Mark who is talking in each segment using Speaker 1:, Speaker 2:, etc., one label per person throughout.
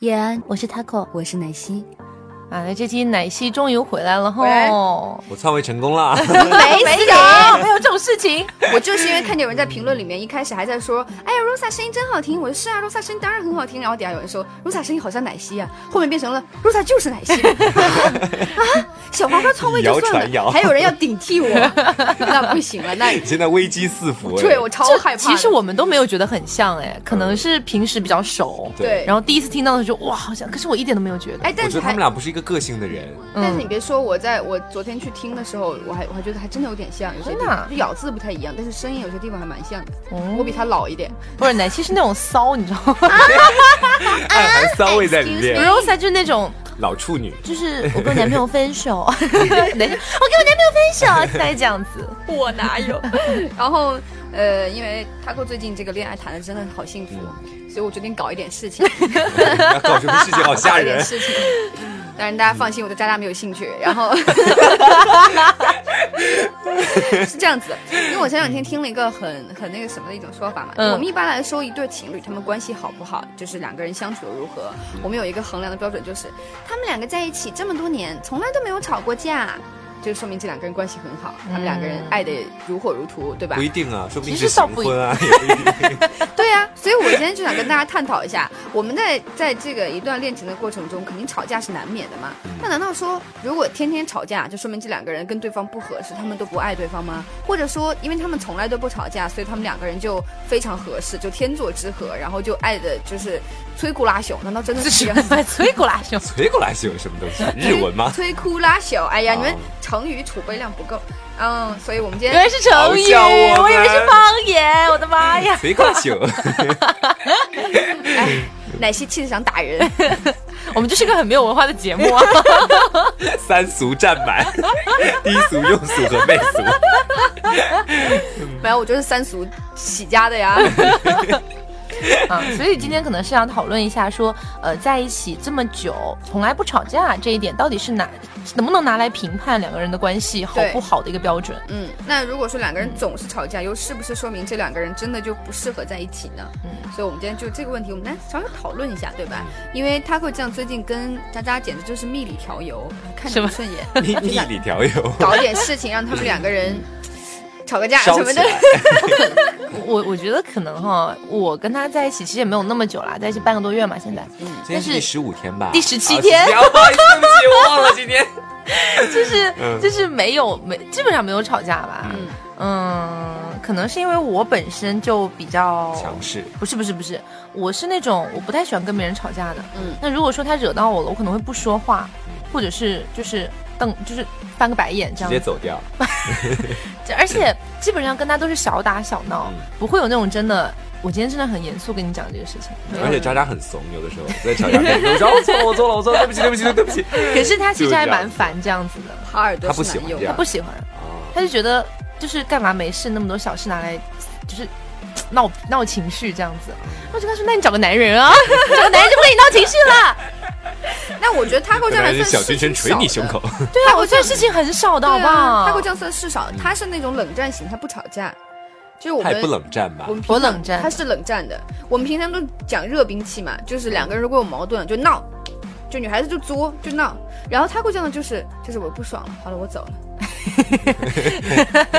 Speaker 1: 叶安，我是 Taco，我是奶昔。
Speaker 2: 啊，这期奶昔终于回来了
Speaker 3: 回来
Speaker 2: 吼！
Speaker 4: 我篡位成 功 了，
Speaker 3: 没
Speaker 2: 没
Speaker 3: 死
Speaker 2: 有，啊没有这种事情。
Speaker 3: 我就是因为看见有人在评论里面一开始还在说，哎呀，Rosa 声音真好听，我说是啊，Rosa 声音当然很好听。然后底下有人说，Rosa 声音好像奶昔啊，后面变成了 Rosa 就是奶昔 啊，小黄瓜篡位就
Speaker 4: 以谣
Speaker 3: 算
Speaker 4: 传谣
Speaker 3: 了，还有人要顶替我， 那不行了，那
Speaker 4: 现在危机四伏哎。
Speaker 3: 对我超害怕的。
Speaker 2: 其实我们都没有觉得很像哎，可能是平时比较熟，
Speaker 3: 对
Speaker 2: 然后第一次听到的时候，哇，好像，可是我一点都没有觉得。
Speaker 3: 哎，但
Speaker 4: 我觉
Speaker 3: 是
Speaker 4: 得他
Speaker 3: 还啊
Speaker 4: 们俩不是一个个性的人，
Speaker 3: 但是
Speaker 2: 嗯
Speaker 3: 你别说，我在我昨天去听的时候，我还我还觉得还真的有点像，有些地
Speaker 2: 真的啊
Speaker 3: 方就咬字不太一样，但是声音有些地方还蛮像的。
Speaker 2: 哦
Speaker 3: 我比他老一点，
Speaker 2: 不是奶昔是那种骚，你知道吗
Speaker 4: 暗含骚味在里
Speaker 3: excuse
Speaker 4: 面
Speaker 3: me。
Speaker 2: ？Rosa 就是那种，
Speaker 4: 老处女，
Speaker 1: 就是我跟我男朋友分 手，
Speaker 2: 奶昔，我跟我男朋友分手，大概这样子。
Speaker 3: 我哪有？然后呃，因为 Taco 最近这个恋爱谈的真的好幸福，啊
Speaker 4: 嗯
Speaker 3: 所以我决定搞一点事情，
Speaker 4: 要搞什么事情好 吓
Speaker 3: 搞一点
Speaker 4: 人。
Speaker 3: 事情。当然大家放心，我对渣渣没有兴趣。然后 是这样子的，因为我前两天听了一个很很那个什么的一种说法嘛，
Speaker 2: 嗯
Speaker 3: 我们一般来说一对情侣他们关系好不好，就是两个人相处的如何，
Speaker 4: 嗯
Speaker 3: 我们有一个衡量的标准就是他们两个在一起这么多年从来都没有吵过架。就说明这两个人关系很好，他们两个
Speaker 4: 嗯
Speaker 3: 人爱的如火如荼，对吧？
Speaker 4: 不一定啊，说不定
Speaker 2: 其
Speaker 4: 是
Speaker 2: 实倒
Speaker 4: 行
Speaker 2: 不
Speaker 4: 婚啊，也不一定。
Speaker 3: 对呀、所以我今天就想跟大家探讨一下， 我们在在这个一段恋情的过程中，肯定吵架是难免的嘛。
Speaker 4: 嗯
Speaker 3: 那难道说，如果天天吵架，就说明这两个人跟对方不合适，他们都不爱对方吗？或者说，因为他们从来都不吵架，所以他们两个人就非常合适，就天作之合，然后就爱的就是摧枯拉朽？难道真的
Speaker 2: 就是是
Speaker 3: 这样子？
Speaker 2: 把催过来凶。
Speaker 4: 催过来是有什么东西？ 日文吗？
Speaker 3: 摧枯拉朽，哎呀，
Speaker 4: 哦
Speaker 3: 你们成语储备量不够。嗯，所以我们今
Speaker 2: 原
Speaker 3: 天
Speaker 4: 哎
Speaker 2: 来是成
Speaker 4: 嘲
Speaker 2: 语，
Speaker 4: 笑我们
Speaker 2: 我以为是方言，我的妈呀！
Speaker 4: 催过来酒，
Speaker 3: 奶昔哎气得想打人。
Speaker 2: 我们这是个很没有文化的节目啊！
Speaker 4: 三俗占满，低俗、庸俗和媚俗。
Speaker 3: 没有，我就是三俗起家的呀。
Speaker 2: 啊，所以今天可能是想讨论一下说，呃，在一起这么久从来不吵架这一点，到底是哪能不能拿来评判两个人的关系好
Speaker 3: 对
Speaker 2: 不好的一个标准？
Speaker 3: 嗯，那如果说两个人总是吵架，又是不是说明这两个人真的就不适合在一起呢？嗯，所以我们今天就这个问题，我们来稍微讨论一下，对吧？
Speaker 4: 嗯
Speaker 3: 因为 Taco 酱最近跟渣渣简直就是蜜里调 油，看着
Speaker 2: 什么
Speaker 3: 不顺眼，
Speaker 4: 蜜蜜里调油，
Speaker 3: 搞点事情让他们两个人吵 个架
Speaker 4: 烧
Speaker 3: 什么
Speaker 4: 起
Speaker 3: 的。
Speaker 4: 来。
Speaker 2: 我我觉得可能哈，我跟他在一起其实也没有那么久啦，在一起半个多月嘛，现在
Speaker 4: 今天是第十五天吧？
Speaker 2: 第17天
Speaker 4: 啊不好意思，对不起，我忘了 今天。
Speaker 2: 就是、
Speaker 4: 嗯
Speaker 2: 就是没有没基本上没有吵架吧。
Speaker 3: 嗯
Speaker 2: 嗯可能是因为我本身就比较
Speaker 4: 强势，
Speaker 2: 不是不是不是，我是那种我不太喜欢跟别人吵架的。
Speaker 3: 嗯
Speaker 2: 那如果说他惹到我了，我可能会不说话，或者是就是瞪，就是翻个白眼这
Speaker 4: 直
Speaker 2: 样
Speaker 4: 接
Speaker 2: 子。
Speaker 4: 走 掉。
Speaker 2: 而且基本上跟他都是小打小闹，
Speaker 4: 嗯
Speaker 2: 不会有那种真的。我今天真的很严肃跟你讲这个事情，没有
Speaker 4: 而且渣渣很怂，有的时候在吵架的时候，我说哦我错了，我错了，我错了，对不起，对不起，对不起。
Speaker 2: 可是他其
Speaker 4: 就
Speaker 2: 实
Speaker 4: 是这
Speaker 2: 还
Speaker 4: 样
Speaker 2: 蛮烦这样子的，
Speaker 3: 他耳朵
Speaker 4: 他不
Speaker 3: 是
Speaker 4: 喜
Speaker 3: 男
Speaker 4: 欢
Speaker 3: 友
Speaker 4: 这，
Speaker 2: 他
Speaker 4: 样
Speaker 2: 不喜欢，
Speaker 4: 哦
Speaker 2: 他就觉得就是干嘛没事那么多小事拿来，就是闹闹情绪这样子。我就跟他说，那你找个男人啊， 找个男人就不跟你闹情绪了。
Speaker 3: 那我觉得 Taco
Speaker 4: 本
Speaker 3: 酱还
Speaker 4: 来
Speaker 3: 算
Speaker 4: 是小
Speaker 3: 事
Speaker 4: 军
Speaker 3: 情
Speaker 4: 拳捶你
Speaker 3: 少
Speaker 4: 胸
Speaker 3: 的啊
Speaker 4: 口，
Speaker 2: 对啊，我这事情很少的好不好？
Speaker 3: 他会这样算事少，他是那种冷战型，他不吵架，就是我
Speaker 4: 他
Speaker 3: 们
Speaker 4: 也不冷战吧
Speaker 3: 我？们平
Speaker 2: 我
Speaker 3: 常
Speaker 2: 冷战
Speaker 3: 他是冷战的。我们平常都讲热兵器嘛，就是两个人如果有矛盾就闹，就女孩子就作就闹，然后他会这样的就是就是我不爽了，好了我走了。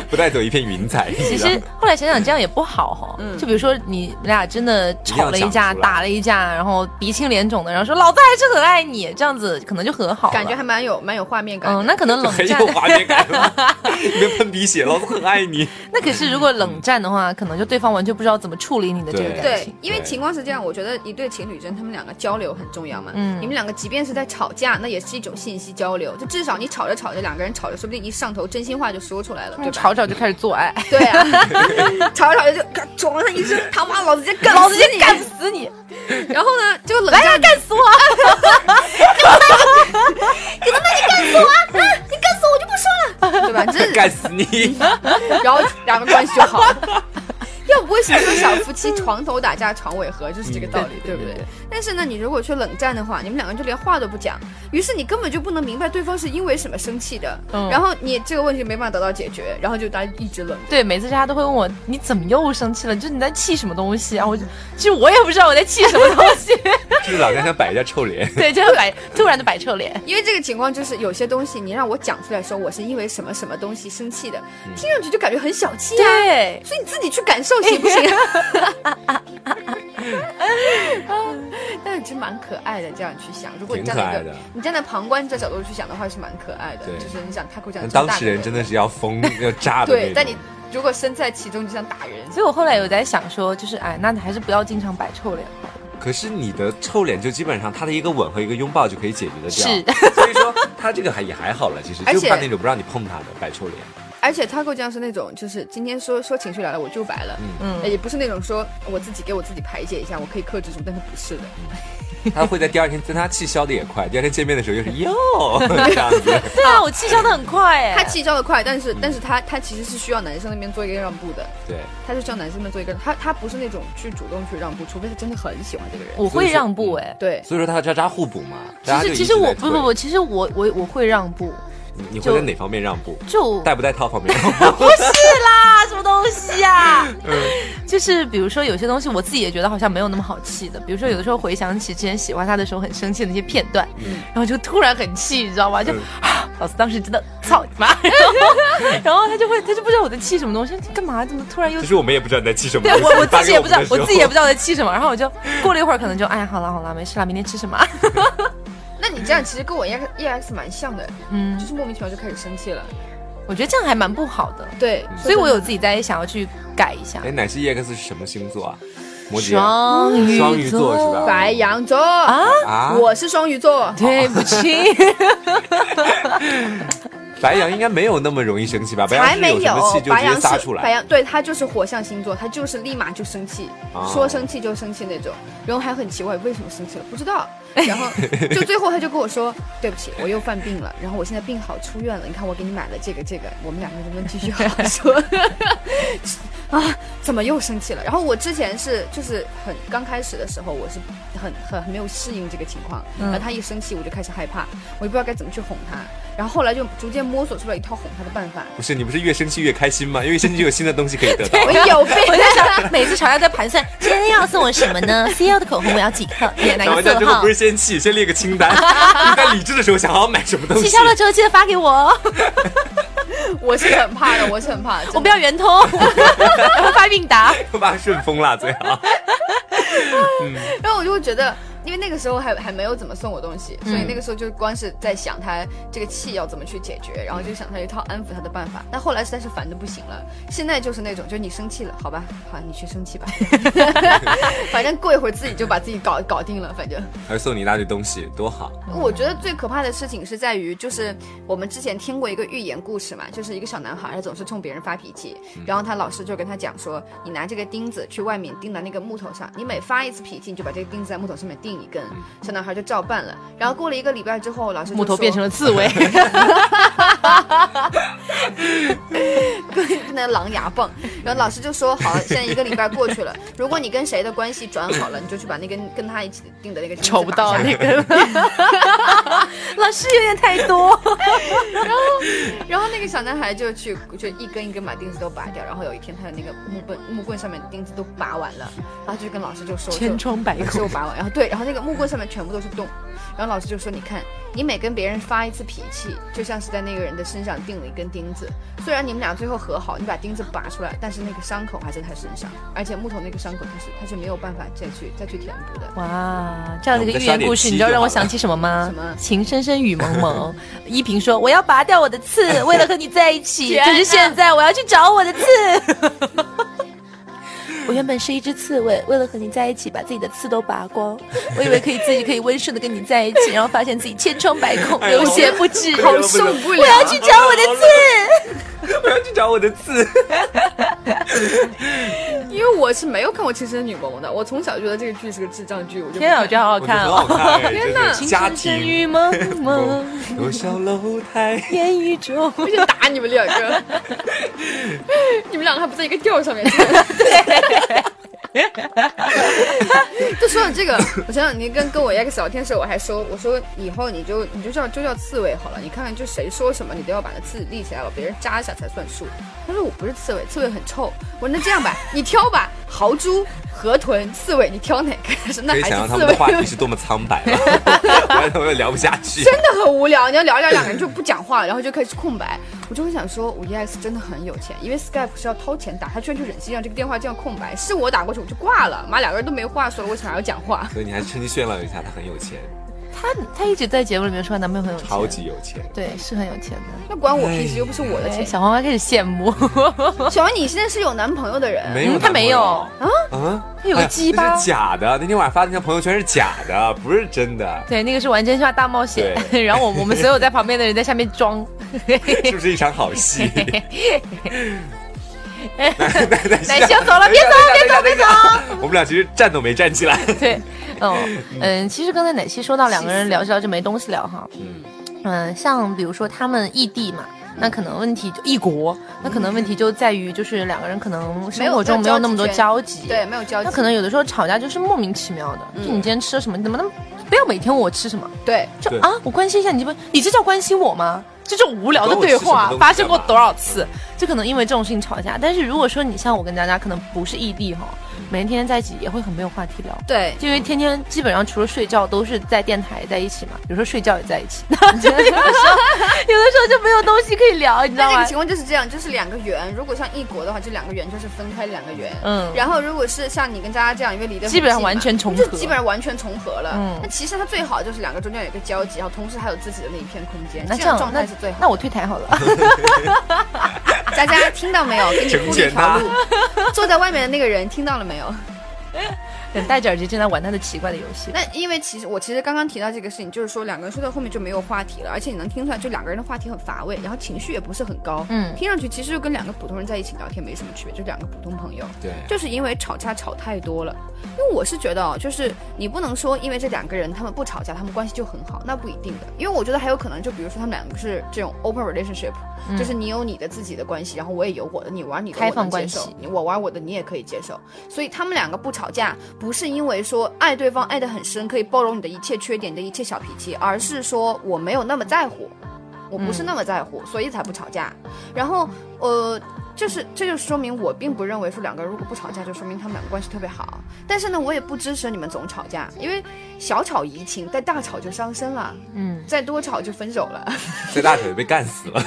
Speaker 4: 不带走一片云彩。
Speaker 2: 其
Speaker 4: 其
Speaker 2: 实后来想想，这样也不好哈。就比如说你们俩真的吵了一
Speaker 4: 一定要
Speaker 2: 架，
Speaker 4: 讲出来
Speaker 2: 打了一架，然后鼻青脸肿的，然后说老子还是很爱你，这样子可能就和好了。
Speaker 3: 感觉还蛮有蛮有画面感的。
Speaker 2: 嗯，那可能冷
Speaker 4: 很
Speaker 2: 战
Speaker 4: 有，画面感吗，你们喷鼻血，老子很爱你。
Speaker 2: 那可是如果冷战的话，可能就对方完全不知道怎么处理你的这个
Speaker 4: 对
Speaker 2: 感
Speaker 3: 对
Speaker 2: 情。，
Speaker 3: 因为
Speaker 4: 对
Speaker 3: 情况是这样，我觉得一对情侣间他们两个交流很重要嘛。
Speaker 2: 嗯
Speaker 3: 你们两个即便是在吵架，那也是一种信息交流，就至少你吵着吵着，两个人吵着，说不定一上头，真心话就说出来了，对
Speaker 2: 嗯
Speaker 3: 吧？
Speaker 2: 吵吵就开始做爱，
Speaker 3: 对啊， 吵着吵着就嘎床上一扔，他妈老子直接干
Speaker 2: 老子
Speaker 3: 死
Speaker 2: 就
Speaker 3: 你
Speaker 2: 干死你！
Speaker 3: 然后呢，就冷战，干 死我！啊你他妈，你他妈，你 干
Speaker 4: 干死你！
Speaker 3: 死我！啊，你干死我，我就不说了，对吧？这，然后两个关系就好了。 要不为什么说小夫妻床头打架床尾和，就是这个道理，嗯对不对？但是呢，你如果去冷战的话，你们两个就连话都不讲，于是你根本就不能明白对方是因为什么生气的，
Speaker 2: 嗯
Speaker 3: 然后你这个问题没办法得到解决，然后就大家一直冷
Speaker 2: 对，每次他都会问我，你怎么又生气了？就是你在气什么东西啊？我就其实我也不知道我在气什么东西，
Speaker 4: 就是老娘想摆一下 臭脸。
Speaker 2: 对，就是摆突然的摆臭脸，
Speaker 3: 因为这个情况就是有些东西你让我讲出来说我是因为什么什么东西生气的，听上去就感觉很小气啊。
Speaker 2: 对，
Speaker 3: 所以你自己去感受行不行？哎 但是真蛮可爱的，这样去想。如果你站在一
Speaker 4: 挺可爱
Speaker 3: 个
Speaker 4: 的
Speaker 3: 你站在旁观者角度去想的话，是蛮可爱的。
Speaker 4: 对
Speaker 3: 就是你想 Taco 讲
Speaker 4: 但当事人真的是要疯要炸的那
Speaker 3: 对
Speaker 4: 种，
Speaker 3: 但你如果身在其中，就想打人。
Speaker 2: 所以我后来有在想说，就是哎，那还是不要经常摆臭脸。
Speaker 4: 可是你的臭脸就基本上他的一个吻和一个拥抱就可以解决的掉，
Speaker 2: 是
Speaker 4: 所以说他这个还也还好了，其实
Speaker 3: 而
Speaker 4: 就
Speaker 3: 且
Speaker 4: 怕那种不让你碰他的摆臭脸，
Speaker 3: 而且 Taco 酱是那种，就是今天说说情绪来了我就白了，哎
Speaker 2: 嗯
Speaker 3: 也不是那种说我自己给我自己排解一下，我可以克制住，但是不是的。
Speaker 4: 哦他会在第二天，但他气消的也快，第二天见面的时候又是哟这 样子，
Speaker 2: 对啊，我气消的很快哎
Speaker 3: 他气消的快，但是但是他他其实是需要男生那边做一个让步的，
Speaker 4: 对，
Speaker 3: 他是需要男生那边做一个，他他不是那种去主动去让步，除非他真的很喜欢这个人。
Speaker 2: 我会让步哎。
Speaker 3: 对，
Speaker 4: 所以说他和渣渣互补嘛，
Speaker 2: 其
Speaker 4: 啊渣渣就
Speaker 2: 实
Speaker 4: 一
Speaker 2: 其
Speaker 4: 直
Speaker 2: 实我
Speaker 4: 在
Speaker 2: 不
Speaker 4: 推
Speaker 2: 不不，，其实我我我会让步，
Speaker 4: 你你会
Speaker 2: 就
Speaker 4: 在哪方面让步？
Speaker 2: 就
Speaker 4: 带不带套方 面让步？
Speaker 2: 不是啦，什么东西啊？
Speaker 4: 嗯
Speaker 2: 就是比如说有些东西我自己也觉得好像没有那么好气的，比如说有的时候回想起之前喜欢他的时候很生气的那些片段，然后就突然很气，你知道吗？就、
Speaker 4: 嗯
Speaker 2: 啊，老子当时真的操你妈！ 然后然后他就会他就不知道我在气什么东西，你干嘛？怎么突然又
Speaker 4: 其？实我们也不知道你在气什么
Speaker 2: 对
Speaker 4: 东西，
Speaker 2: 我我
Speaker 4: 你发
Speaker 2: 自己也
Speaker 4: 给
Speaker 2: 不知 道
Speaker 4: 们，的
Speaker 2: 我
Speaker 4: 时候
Speaker 2: 自己也不知道我在气什么。然后我就过了一会儿，可能就哎，好了好了，没事了，明天吃什么啊？
Speaker 3: 那你这样其实跟我 E X E X 蛮像的，
Speaker 2: 嗯
Speaker 3: 就，是莫名其妙就开始生气了。
Speaker 2: 我觉得这样还蛮不好的，
Speaker 3: 对，
Speaker 2: 所以我有自己在想要去改一下
Speaker 4: 哎，。奶昔 EX 是什么星座啊？摩羯啊
Speaker 2: 双鱼
Speaker 4: 双鱼座是吧
Speaker 3: 白羊座，
Speaker 2: 啊？
Speaker 4: 啊，
Speaker 3: 我是双鱼座，
Speaker 2: 对不起，
Speaker 4: 白羊应该没有那么容易生气吧？白羊
Speaker 3: 才
Speaker 4: 是
Speaker 3: 没
Speaker 4: 有什么气就
Speaker 3: 白
Speaker 4: 直
Speaker 3: 羊
Speaker 4: 接撒出
Speaker 3: 是白
Speaker 4: 来，
Speaker 3: 羊，对他就是火象星座，他就是立马就生气，
Speaker 4: 哦
Speaker 3: 说生气就生气那种。然后还很奇怪，为什么生气了？不知 道。然后就最后他就跟我说：“对不起，我又犯病了，然后我现在病好出院了。你看我给你买了这个这个，我们两个能不能继续好 好说？” 啊，怎么又生气了？然后我之前是就是很刚开始的时候，我是很很很没有适应这个情况，
Speaker 4: 嗯
Speaker 3: 然后他一生气我就开始害怕，我也不知道该怎么去哄他。然后后来就逐渐摸索出来一套哄他的办法。
Speaker 4: 不是你不是越生气越开心吗？因为生气就有新的东西可以得 到。
Speaker 3: 我有病！
Speaker 2: 我在想，每次吵架在盘算今天要送我什么呢？C L 的口红我要几克？点哪
Speaker 4: 打
Speaker 2: 个
Speaker 4: 完架之
Speaker 2: 色
Speaker 4: 后
Speaker 2: 号
Speaker 4: 不？是先气，先列个 清单，你在理智的时候想要买什么东
Speaker 2: 气
Speaker 4: 西
Speaker 2: 消。了之后记得发给我哦，
Speaker 3: 我是很怕的，我是很怕的。
Speaker 2: 我不要圆通，我发韵达。
Speaker 4: 把顺丰啦最 好。
Speaker 3: 然后我就会觉得，因为那个时候还还没有怎么送我东西，所以那个时候就光是在想他这个气要怎么去解决，然后就想他一套安抚他的办法。但后来实在是烦的不行了，现在就是那种，就是你生气了，好吧，好，你去生气吧， 反正过一会儿自己就把自己搞搞定了，反正。
Speaker 4: 还送你一大堆东西，多好！
Speaker 3: 我觉得最可怕的事情是在于，就是我们之前听过一个寓言故事嘛，就是一个小男孩，他总是冲别人发脾气，然后他老师就跟他讲说，你拿这个钉子去外面钉到那个木头上，你每发一次脾气，你就把这个钉子在木头上面钉一根。
Speaker 2: 嗯
Speaker 3: 小男孩就照办 了。然后过了一个礼拜之后，老师就
Speaker 2: 木头
Speaker 3: 说
Speaker 2: 变成了刺猬，
Speaker 3: 变成了狼牙棒。然后老师就说，好，现在一个礼拜过去了，如果你跟谁的关系转好了，你就去把那根跟他一起钉的那个钉子
Speaker 2: 瞅不
Speaker 3: 拔
Speaker 2: 到
Speaker 3: 下来
Speaker 2: 那个。 老师有点太多，
Speaker 3: 然后那个小男孩就去，就一根一根把钉子都拔掉。然后有一天，他的那个木棍木棍上面的钉子都拔完了，然后就跟老师就说，
Speaker 2: 千
Speaker 3: 就
Speaker 2: 疮百
Speaker 3: 老师
Speaker 2: 孔
Speaker 3: 我。拔完，然后对，然后那个木棍上面全部都是洞。然后老师就说，你看，你每跟别人发一次脾气，就像是在那个人的身上钉了一根钉子。虽然你们俩最后和好，你把钉子拔出来，但是那个伤口还在他身上，而且木头那个伤口他是他是没有办法再去再去填补的。
Speaker 2: 哇，这样的一
Speaker 4: 我们
Speaker 2: 个寓
Speaker 4: 再刷
Speaker 2: 言
Speaker 4: 点
Speaker 2: 故事，
Speaker 4: 漆
Speaker 2: 你知道
Speaker 4: 就
Speaker 2: 让我
Speaker 4: 好了
Speaker 2: 想起什么吗？
Speaker 3: 什么
Speaker 2: 情深深雨蒙蒙。 依萍说：“我要拔掉我的 刺，为了和你在一起。
Speaker 3: 天
Speaker 2: 可
Speaker 3: 哪
Speaker 2: 是现在我要去找我 的刺。我原本是一只刺猬，为了和你在一起，把自己的刺都拔光。我以为可以自己可以温顺的跟你在一 起，然后发现自己千疮百孔，
Speaker 4: 哎呦
Speaker 2: 流血不止。
Speaker 4: 好受不
Speaker 2: 我要去找我的刺。
Speaker 4: 我要去找我的字。
Speaker 3: 因为我是没有看过《情深女盟》的，我从小觉得这个剧是个智障剧，我就
Speaker 2: 天啊，我觉得好好
Speaker 4: 我觉得
Speaker 2: 看
Speaker 4: 很
Speaker 2: 哦
Speaker 4: 好！看 哎，
Speaker 3: 天
Speaker 4: 哪！
Speaker 3: 哪
Speaker 2: 情
Speaker 4: 家
Speaker 2: 深深
Speaker 4: 庭
Speaker 2: 雨蒙蒙，
Speaker 4: 有小楼台，
Speaker 2: 烟雨中。
Speaker 3: 我就打你们两个，你们两个还不在一个调上面。对，就说到这个，我前两天跟跟我 ex 聊天的时候，我还说，我说以后你就你就叫就叫刺猬好了，你看看就谁说什么，你都要把那刺立起来，把别人扎一下才算数。他说我不是刺猬，刺猬很臭。我说那这样吧，你挑吧，豪猪、河豚、刺猬，你挑哪个？是那
Speaker 4: 可以
Speaker 3: 还
Speaker 4: 想象
Speaker 3: 是
Speaker 4: 他
Speaker 3: 刺
Speaker 4: 们的
Speaker 3: 猬？
Speaker 4: 话题是多么苍白了，完全我也聊不下去。
Speaker 3: 真的很无聊，你要聊一聊两个人就不讲话，然后就开始空白。我就会想说，五一 X 真的很有钱，因为 Skype 是要掏钱打，他居然就忍心让这个电话这样空白。是我打过去，我就挂了。妈，两个人都没话说了，为啥要讲话？
Speaker 4: 所以你还趁机炫耀一下，他很有钱，
Speaker 2: 她她一直在节目里面说她男朋友很有钱，
Speaker 4: 超级有钱。
Speaker 2: 对，是很有钱的。
Speaker 3: 那关我屁事，又不是我的
Speaker 2: 哎
Speaker 3: 钱。
Speaker 2: 小黄瓜开始羡慕，
Speaker 3: 小王，你现在是有男朋友的人？
Speaker 4: 没有
Speaker 2: 嗯
Speaker 4: 男朋友，
Speaker 2: 他没有
Speaker 4: 啊啊，
Speaker 2: 他有个
Speaker 4: 哎呀
Speaker 2: 鸡
Speaker 4: 那
Speaker 2: 巴
Speaker 4: 是。假的。那天晚上发的那条朋友圈是假的，不是真的，
Speaker 2: 对，那个是玩真心话大冒险， 然后我我们所有在旁边的人在下面装，
Speaker 4: 是不是一场好戏？
Speaker 2: 奶秀走了，别走。
Speaker 4: 别走，别走！我们俩其实站都没站起来。
Speaker 2: 对，嗯嗯，其实刚才奶昔说到两个人聊着聊着没东西聊哈，
Speaker 4: 嗯
Speaker 2: 嗯，像比如说他们异地嘛，那可能问题就异国，那可能问题就在于就是两个人可能生活中没有那么多交集，
Speaker 3: 对，，没有交集。
Speaker 2: 那可能有的时候吵架就是莫名其妙的，就你今天吃了什么，你怎么那么不要每天问我吃什么，
Speaker 3: 对，
Speaker 2: 就
Speaker 4: 对
Speaker 2: 啊，我关心一下你这不，你这叫关心我吗？这种无聊的对话
Speaker 4: 你管我吃什么东西干嘛
Speaker 2: 发生过多少次？就可能因为这种事情吵架。但是如果说你像我跟佳佳，可能不是异地哈，
Speaker 4: 嗯
Speaker 2: 每天天天在一起也会很没有话题聊。
Speaker 3: 对，
Speaker 2: 就因为天天基本上除了睡觉都是在电台在一起嘛，有时候睡觉也在一起， 有的时候有的时候就没有东西可以聊，你知道
Speaker 3: 那这
Speaker 2: 吗
Speaker 3: 个？情况就是这样，就是两个圆。如果像异国的话，就两个圆就是分开两个圆。
Speaker 2: 嗯
Speaker 3: 然后如果是像你跟佳佳这样，因为离得很
Speaker 2: 基本上
Speaker 3: 近嘛
Speaker 2: 完全重合
Speaker 3: 就基本上完全重合了。
Speaker 2: 嗯
Speaker 3: 那其实它最好就是两个中间有一个交集，然后同时还有自己的那一片空间，
Speaker 2: 那
Speaker 3: 这
Speaker 2: 这
Speaker 3: 样
Speaker 2: 样
Speaker 3: 状
Speaker 2: 那
Speaker 3: 态是最好
Speaker 2: 那我退台好了，
Speaker 3: 的。佳佳听到没有？给你
Speaker 4: 成
Speaker 3: 铺了一
Speaker 4: 全
Speaker 3: 条
Speaker 4: 他
Speaker 3: 路。坐在外面的那个人听到了没有？
Speaker 2: 等戴着耳机正在玩他的奇怪的游戏。
Speaker 3: 那因为其实我其实刚刚提到这个事情，就是说两个人说到后面就没有话题了，而且你能听出来，就两个人的话题很乏味，然后情绪也不是很高，
Speaker 2: 嗯
Speaker 3: 听上去其实就跟两个普通人在一起聊天没什么区别，就两个普通朋友。
Speaker 4: 对，
Speaker 3: 就是因为吵架吵太多了，因为我是觉得哦，就是你不能说因为这两个人他们不吵架，他们关系就很好，那不一定的。因为我觉得还有可能，就比如说他们两个是这种 open relationship，、就是你有你的自己的关系，然后我也有我的，你玩你的，
Speaker 2: 嗯开
Speaker 3: 我能
Speaker 2: 放关
Speaker 3: 接受
Speaker 2: 系，
Speaker 3: 你我玩我的，你也可以接受。所以他们两个不吵架，不是因为说爱对方爱得很深，可以包容你的一切缺点、你的一切小脾气，而是说我没有那么在乎，我不是
Speaker 2: 嗯
Speaker 3: 那么在乎，所以才不吵架。然后呃，就是这就说明我并不认为说两个人如果不吵架，就说明他们两个关系特别好。但是呢，我也不支持你们总吵架，因为小吵怡情，但大吵就伤身了，
Speaker 2: 嗯，
Speaker 3: 再多吵就分手了，
Speaker 4: 在大腿被干死了。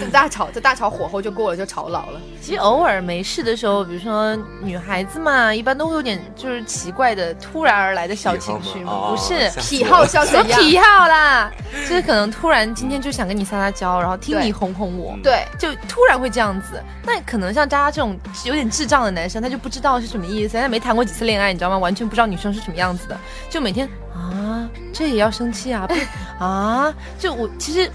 Speaker 3: 再大吵再大吵火候就过了，就吵老 了。
Speaker 2: 其实偶尔没事的时候，比如说女孩子嘛，一般都会有点就是奇怪的突然而来的小情绪
Speaker 4: 喜
Speaker 2: 嘛，
Speaker 4: 好吗
Speaker 2: 不
Speaker 4: 哦
Speaker 2: 是。
Speaker 4: 吓死
Speaker 3: 癖
Speaker 4: 我
Speaker 3: 好
Speaker 4: 了
Speaker 3: 是要
Speaker 2: 什么
Speaker 3: 怎样？
Speaker 2: 癖好啦？啊 就是可能突然今天就想跟你撒撒娇，然后听你
Speaker 3: 对
Speaker 2: 哄哄我，
Speaker 4: 嗯
Speaker 3: 对，
Speaker 2: 就突然会这样子。那可能像渣渣这种有点智障的男生，他就不知道是什么意思，他没谈过几次恋爱，你知道吗？完全不知道女生是什么样子的，就每天啊，这也要生气啊， 不啊，就我其实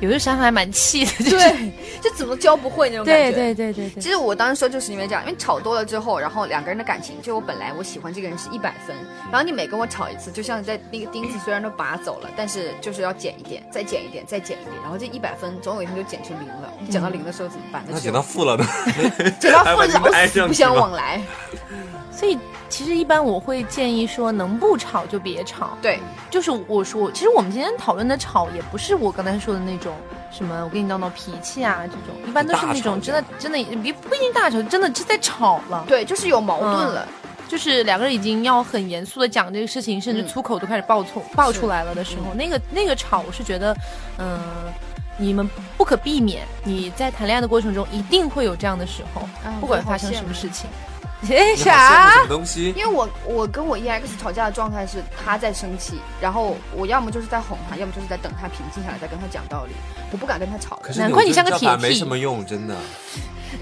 Speaker 2: 有的时候还蛮气的，就是
Speaker 3: 对， 就怎么教不会那种感觉。
Speaker 2: 对对对对对，
Speaker 3: 其实我当时说就是因为这样，因为吵多了之后，然后两个人的感情，就我本来我喜欢这个人是一百分，然后你每跟我吵一次，就像在那个钉子虽然都拔走了，但是就是要减一点，再减一点，再减一点，然后这一百分总有一天就减成零了。减到零的时候怎么办？
Speaker 4: 那
Speaker 3: 就
Speaker 4: 剪到负了呢？
Speaker 3: 减到
Speaker 4: 还
Speaker 3: 负
Speaker 4: 把你们
Speaker 3: 老
Speaker 4: 挨
Speaker 3: 死
Speaker 4: 上
Speaker 3: 不
Speaker 4: 去
Speaker 3: 相
Speaker 4: 吗
Speaker 3: 往来。
Speaker 2: 所以其实一般我会建议说，能不吵就别吵。
Speaker 3: 对，
Speaker 2: 就是我说，其实我们今天讨论的吵，也不是我刚才说的那种什么我跟你闹闹脾气啊这种，一般都是那种
Speaker 4: 大吵
Speaker 2: 真的真的也不不一定大吵，真的是在吵了，
Speaker 3: 对，就是有矛盾
Speaker 2: 嗯
Speaker 3: 了。
Speaker 2: 就是两个人已经要很严肃的讲这个事情，甚至
Speaker 3: 嗯
Speaker 2: 粗口都开始爆出爆出来了的时候，那个那个吵，我是觉得，嗯、你们不可避免，你在谈恋爱的过程中一定会有这样的时候，
Speaker 3: 啊
Speaker 2: 不管
Speaker 3: 我好
Speaker 2: 发生
Speaker 3: 羡
Speaker 2: 什么
Speaker 3: 慕
Speaker 2: 事情。哎
Speaker 4: 你好羡慕
Speaker 2: 啥？
Speaker 4: 什么东西？
Speaker 3: 因为我我跟我 EX 吵架的状态是他在生气，然后我要么就是在哄他，要么就是在等他平静下来再跟他讲道理，我不敢跟他吵了。
Speaker 4: 可是
Speaker 2: 难怪你像个
Speaker 4: 扭针叫板
Speaker 2: 铁
Speaker 4: 没
Speaker 2: 屁
Speaker 4: 什么用，真的。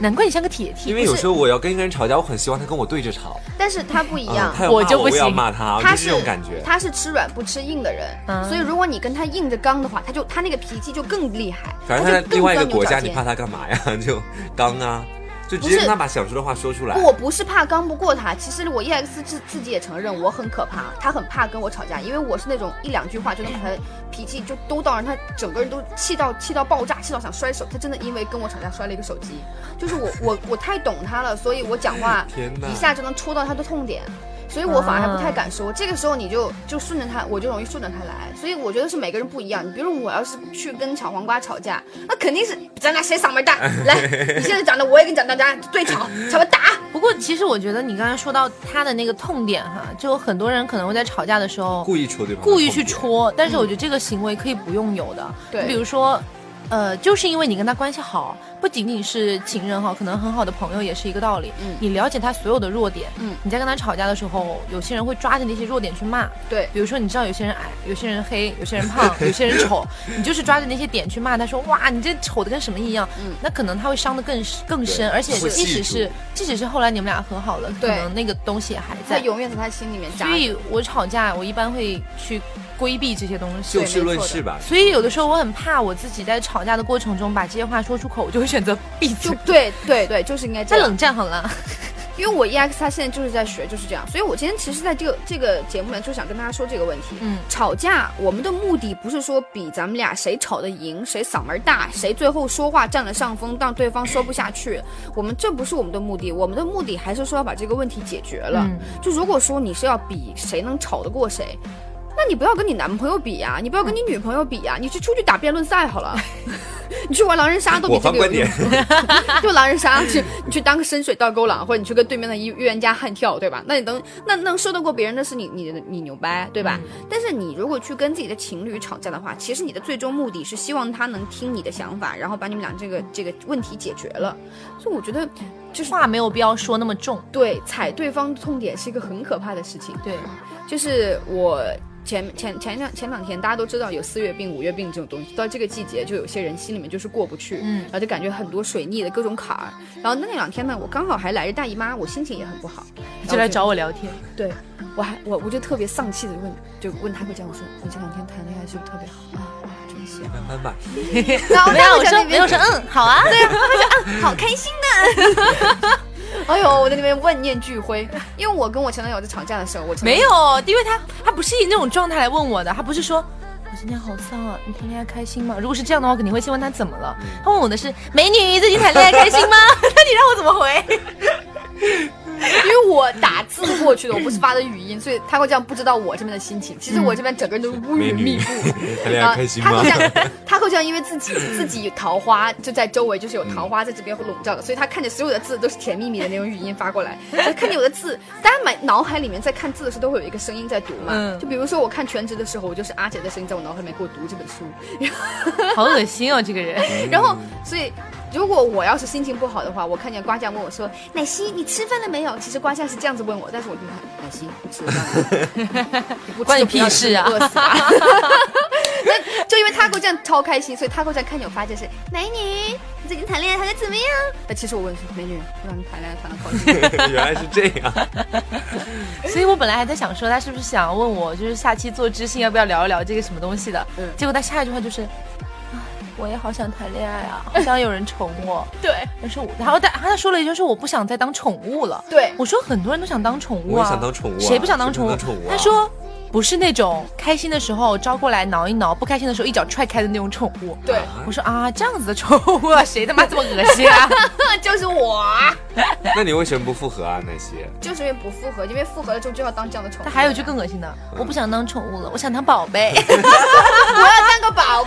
Speaker 2: 难怪你像个铁梯。
Speaker 4: 因为有时候我要跟一个人吵架，我很希望他跟我对着吵，
Speaker 3: 但是他不一样
Speaker 4: 嗯，他要
Speaker 2: 我
Speaker 4: 骂
Speaker 2: 就不
Speaker 4: 我也要
Speaker 2: 行
Speaker 4: 骂他，
Speaker 3: 他
Speaker 4: 就是这种感觉。
Speaker 3: 他是吃软不吃硬的人，
Speaker 2: 嗯
Speaker 3: 所以如果你跟他硬着刚的话，他就他那个脾气就更厉害，
Speaker 4: 反正
Speaker 3: 他
Speaker 4: 他在
Speaker 3: 就更
Speaker 4: 另外一个
Speaker 3: 钻牛
Speaker 4: 国
Speaker 3: 角
Speaker 4: 家，
Speaker 3: 尖
Speaker 4: 你怕他干嘛呀？ 就刚啊，就直
Speaker 3: 不
Speaker 4: 接
Speaker 3: 是
Speaker 4: 跟他把想说的话说出来
Speaker 3: 不，。我不是怕刚不过他，其实我 EX 自自己也承认我很可怕，他很怕跟我吵架，因为我是那种一两句话就能把他脾气就都到，让他整个人都气到气到爆炸，气到想摔手。他真的因为跟我吵架摔了一个手机，就是我我我太懂他了，所以我讲话
Speaker 4: 天哪
Speaker 3: 一下就能戳到他的痛点。所以我反而还不太敢说。这个时候你就就顺着他，我就容易顺着他来。所以我觉得是每个人不一样。你比如我要是去跟小黄瓜吵架，那肯定是咱俩谁嗓门大，来，你现在长得我也跟你长得大，对吵，吵完打。
Speaker 2: 不过，其实我觉得你刚才说到他的那个痛点哈，就有很多人可能会在吵架的时候
Speaker 4: 故意嗯戳对方，
Speaker 2: 故意去，戳，但是我觉得这个行为可以不用有的。
Speaker 3: 对
Speaker 2: 比如说，呃，就是因为你跟他关系好，不仅仅是情人哈，可能很好的朋友也是一个道理。
Speaker 3: 嗯
Speaker 2: 你了解他所有的弱点，
Speaker 3: 嗯
Speaker 2: 你在跟他吵架的时候，有些人会抓着那些弱点去骂。
Speaker 3: 对，
Speaker 2: 比如说，你知道有些人矮，有些人黑，有些人胖， 有些人丑，你就是抓着那些点去骂他说，哇，你这丑的跟什么一样？
Speaker 3: 嗯
Speaker 2: 那可能他会伤得更更深，
Speaker 4: 对
Speaker 2: 而且
Speaker 4: 会
Speaker 2: 即
Speaker 4: 记
Speaker 2: 使是
Speaker 4: 住
Speaker 2: 即使是后来你们俩和好了，可
Speaker 3: 对
Speaker 2: 能那个东西也还
Speaker 3: 他
Speaker 2: 在。
Speaker 3: 永远在他心里面扎
Speaker 2: 所。以我吵架，我一般会去规避这些东西。
Speaker 4: 就事论事吧。
Speaker 2: 所以有的时候我很怕我自己在吵架的过程中把这些话说出口，我就会选择闭
Speaker 3: 就
Speaker 2: 嘴，
Speaker 3: 对 对对，就是应该这
Speaker 2: 再
Speaker 3: 样。
Speaker 2: 冷战好了。
Speaker 3: 因为我 EX 他现在就是在学，就是这样。所以我今天其实在这个这个节目呢，就想跟大家说这个问题。
Speaker 2: 嗯
Speaker 3: 吵架我们的目的不是说比咱们俩谁吵得赢，谁嗓门大，谁最后说话占了上风，让对方说不下去。我们这不是我们的目的，我们的目的还是说要把这个问题解决了。
Speaker 2: 嗯
Speaker 3: 就如果说你是要比谁能吵得过谁。那你不要跟你男朋友比呀、你不要跟你女朋友比呀、你去出去打辩论赛好 了，你去玩狼人杀都比
Speaker 4: 我
Speaker 3: 这
Speaker 4: 方
Speaker 3: 个有
Speaker 4: 观
Speaker 3: 用
Speaker 4: 点。，
Speaker 3: 就狼人杀去，你去当个深水倒钩狼，或者你去跟对面的预预言家悍跳，对吧？那你能那能说得过别人的是你你你牛掰，对吧？
Speaker 4: 嗯
Speaker 3: 但是你如果去跟自己的情侣吵架的话，其实你的最终目的是希望他能听你的想法，然后把你们俩这个这个问题解决了。所以我觉得就是
Speaker 2: 话没有必要说那么重。
Speaker 3: 对踩对方痛点是一个很可怕的事情。
Speaker 2: 对，
Speaker 3: 就是我前前前两前两天大家都知道有四月病、五月病这种东西，到这个季节就有些人心里面就是过不去，
Speaker 2: 嗯
Speaker 3: 然后就感觉很多水逆的各种坎儿。然后那两天呢，我刚好还来着大姨妈，我心情也很不好，然后
Speaker 2: 就来找我聊天。
Speaker 3: 对我还我我就特别丧气的问，就问他会这样说，你这两天谈恋爱是不是特别好啊？哇真是啊！
Speaker 4: 慢慢吧，
Speaker 3: 然后
Speaker 2: 没有，我
Speaker 3: 在
Speaker 2: 说
Speaker 3: 那
Speaker 2: 没有
Speaker 3: 边
Speaker 2: 说，嗯，好啊。
Speaker 1: 好开心的。
Speaker 3: 哎呦，我在那边万念俱灰，因为我跟我前男友在吵架的时候，我前男友
Speaker 2: 没有，因为他他不是以那种状态来问我的，他不是说。我今天好丧啊！你谈恋爱开心吗？如果是这样的话，我肯定会先问他怎么了。他问我的是美女，最近谈恋爱开心吗？那你让我怎么回？
Speaker 3: 因为我打字过去的，我不是发的语音，所以他会这样不知道我这边的心情。其实我这边整个人都是乌
Speaker 4: 美
Speaker 3: 云密
Speaker 4: 女
Speaker 3: 布。，
Speaker 4: 谈恋
Speaker 3: 啊，
Speaker 4: 爱开心
Speaker 3: 他
Speaker 4: 吗
Speaker 3: 会？这样，他会这样，因为自己自己桃花就在周围，就是有桃花在这边会笼罩的，所以他看着所有的字都是甜蜜蜜的那种语音发过来。所以看见我的字，大家满脑海里面在看字的时候都会有一个声音在读嘛。
Speaker 2: 嗯
Speaker 3: 就比如说我看全职的时候，我就是阿姐的声音在我脑海里面给我读这本书。
Speaker 2: 好恶心哦，这个人。
Speaker 3: 然后，所以如果我要是心情不好的话，我看见瓜酱问我说：“奶昔，你吃饭了没有？”其实瓜酱是这样子问我，但是我就看奶昔，你吃了饭 了没有？
Speaker 2: 关你屁事啊
Speaker 3: 你不吃就不要吃你饿死吧！ 那就因为他给我这样超开心，所以他给我这样看见我发现是美女，你最近谈恋爱谈的怎么样？那其实我问是美女，我让你谈恋爱谈的好几 年。
Speaker 4: 原来是这样，
Speaker 2: 所以我本来还在想说，他是不是想问我，就是下期做知性要不要聊一聊这个什么东西的？
Speaker 3: 嗯
Speaker 2: 结果他下一句话就是，唉我也好想谈恋爱啊，好想有人宠我。
Speaker 3: 对
Speaker 2: 但是我，然后他他说了一句，说我不想再当宠物了。
Speaker 3: 对，
Speaker 2: 我说很多人都想当宠物
Speaker 4: 我
Speaker 2: 啊，
Speaker 4: 也想当宠物啊
Speaker 2: 谁不想当
Speaker 4: 谁
Speaker 2: 宠
Speaker 4: 不
Speaker 2: 物？
Speaker 4: 能当宠物啊
Speaker 2: 他说。不是那种开心的时候招过来挠一挠，不开心的时候一脚踹开的那种宠物。
Speaker 3: 对，
Speaker 2: 我说啊，这样子的宠物啊，谁他妈这么恶心 啊？
Speaker 3: 就是我，
Speaker 4: 那你为什么不复合啊？那些
Speaker 3: 就是因为不复合，因为复合了之后就要当这样的宠物。
Speaker 2: 他还有一句更恶心的，
Speaker 4: 嗯
Speaker 2: 我不想当宠物了，我想当宝贝。
Speaker 3: 我要当个宝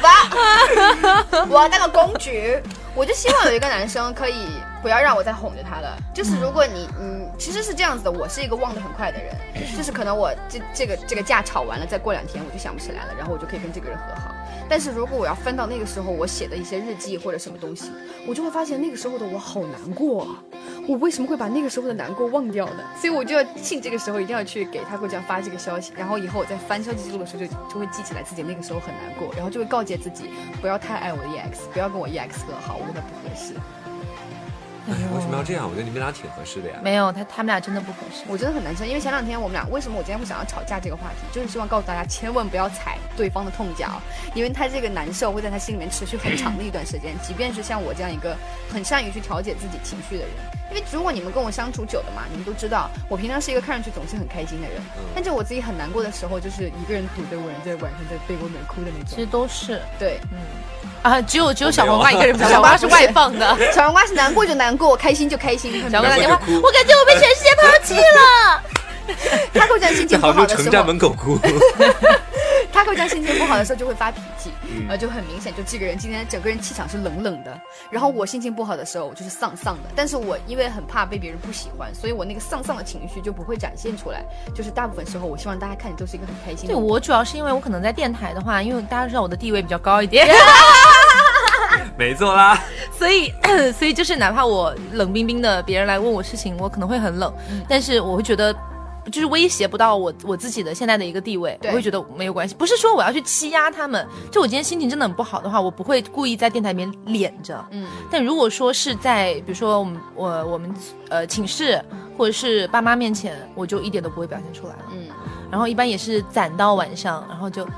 Speaker 3: 宝，我要当个公举。我就希望有一个男生可以不要让我再哄着他了。就是如果你，嗯，其实是这样子的，我是一个忘得很快的人，就是可能我这这个这个架吵完了，再过两天我就想不起来了，然后我就可以跟这个人和好。但是如果我要翻到那个时候我写的一些日记或者什么东西，我就会发现那个时候的我好难过啊！我为什么会把那个时候的难过忘掉呢？所以我就要趁这个时候一定要去给他会这样发这个消息，然后以后我在翻消息记录的时候就就会记起来自己那个时候很难过，然后就会告诫自己不要太爱我的 EX，不要跟我 EX 和好，我跟他不合适。
Speaker 4: 嗯 为什么要这样？我觉得你们俩挺合适的呀。
Speaker 2: 哎没有，他他们俩真的不合适。
Speaker 3: 我真的很难受，因为前两天我们俩为什么我今天会想要吵架这个话题，就是希望告诉大家千万不要踩对方的痛脚，因为他这个难受会在他心里面持续很长的一段时间，即便是像我这样一个很善于去调节自己情绪的人。因为如果你们跟我相处久了嘛，你们都知道，我平常是一个看上去总是很开心的人，但是我自己很难过的时候，就是一个人独自我人在晚上在被窝里面哭的那
Speaker 2: 其
Speaker 3: 种。
Speaker 2: 实都是
Speaker 3: 对，
Speaker 2: 啊，只有只有小
Speaker 4: 没有
Speaker 2: 黄瓜一个人不是，
Speaker 3: 小黄
Speaker 2: 小
Speaker 3: 瓜
Speaker 2: 黄瓜是
Speaker 3: 不是
Speaker 2: 外放 的。
Speaker 3: 小黄瓜是难过就难过，开心就开心。
Speaker 2: 小黄瓜打电
Speaker 4: 难怪
Speaker 2: 话，
Speaker 4: 哭
Speaker 2: 我感觉我被全世界抛弃了。
Speaker 3: 他跟我讲心
Speaker 4: 在
Speaker 3: 情不
Speaker 4: 杭州
Speaker 3: 好 的
Speaker 4: 城
Speaker 3: 时
Speaker 4: 站
Speaker 3: 候
Speaker 4: 门，口哭。
Speaker 3: 他跟我讲心情不好的时候就会发脾气，呃，就很明显，就这个人今天整个人气场是冷冷的。然后我心情不好的时候，我就是丧丧的，但是我因为很怕被别人不喜欢，所以我那个丧丧的情绪就不会展现出来。就是大部分时候，我希望大家看你都是一个很开心的
Speaker 2: 对
Speaker 3: 人。
Speaker 2: 我主要是因为我可能在电台的话，因为大家知道我的地位比较高一点，
Speaker 4: 没错
Speaker 2: 啊
Speaker 4: 啦，
Speaker 2: 所以 所以就是哪怕我冷冰冰的，别人来问我事情，我可能会很冷，
Speaker 3: 嗯
Speaker 2: 但是我会觉得。就是威胁不到我我自己的现在的一个地位，
Speaker 3: 对
Speaker 2: 我会觉得没有关系。不是说我要去欺压他们，就我今天心情真的很不好的话，我不会故意在电台里面敛着。
Speaker 3: 嗯，
Speaker 2: 但如果说是在比如说我们我我们呃寝室或者是爸妈面前，我就一点都不会表现出来了。
Speaker 3: 嗯，
Speaker 2: 然后一般也是攒到晚上，然后就，啊，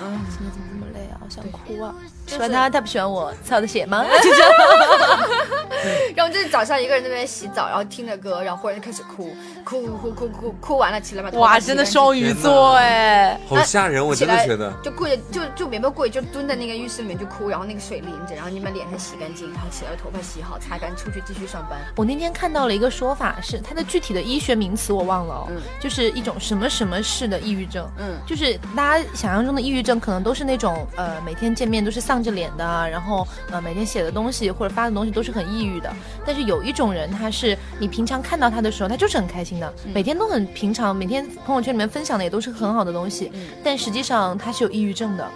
Speaker 2: 今天怎么这么累啊，好想哭啊！喜欢他，他不喜欢我，操的 血吗？ 就这样。
Speaker 3: 然后就是早上一个人在那边洗澡，然后听着歌，然后忽然就开始哭，哭哭哭哭哭哭完了起来把头发
Speaker 2: 哇，
Speaker 3: 洗
Speaker 2: 真的
Speaker 3: 干净
Speaker 2: 双鱼座哎，
Speaker 4: 好吓人，我
Speaker 3: 起
Speaker 4: 真的
Speaker 3: 来
Speaker 4: 觉得。
Speaker 3: 就跪着，就就棉被跪，就蹲在那个浴室里面就哭，然后那个水淋着，然后你把脸还洗干净，然后起来头发洗好擦干，出去继续上班。
Speaker 2: 我那天看到了一个说法是，它的具体的医学名词我忘了哦，
Speaker 3: 嗯
Speaker 2: 就是一种什么什么式的抑郁症。
Speaker 3: 嗯
Speaker 2: 就是大家想象中的抑郁症，可能都是那种呃每天见面都是丧着脸的啊，然后呃每天写的东西或者发的东西都是很抑郁的。但是有一种人，他是你平常看到他的时候，他就是很开心的，每天都很平常，每天朋友圈里面分享的也都是很好的东西，
Speaker 3: 嗯
Speaker 2: 但实际上他是有抑郁症的，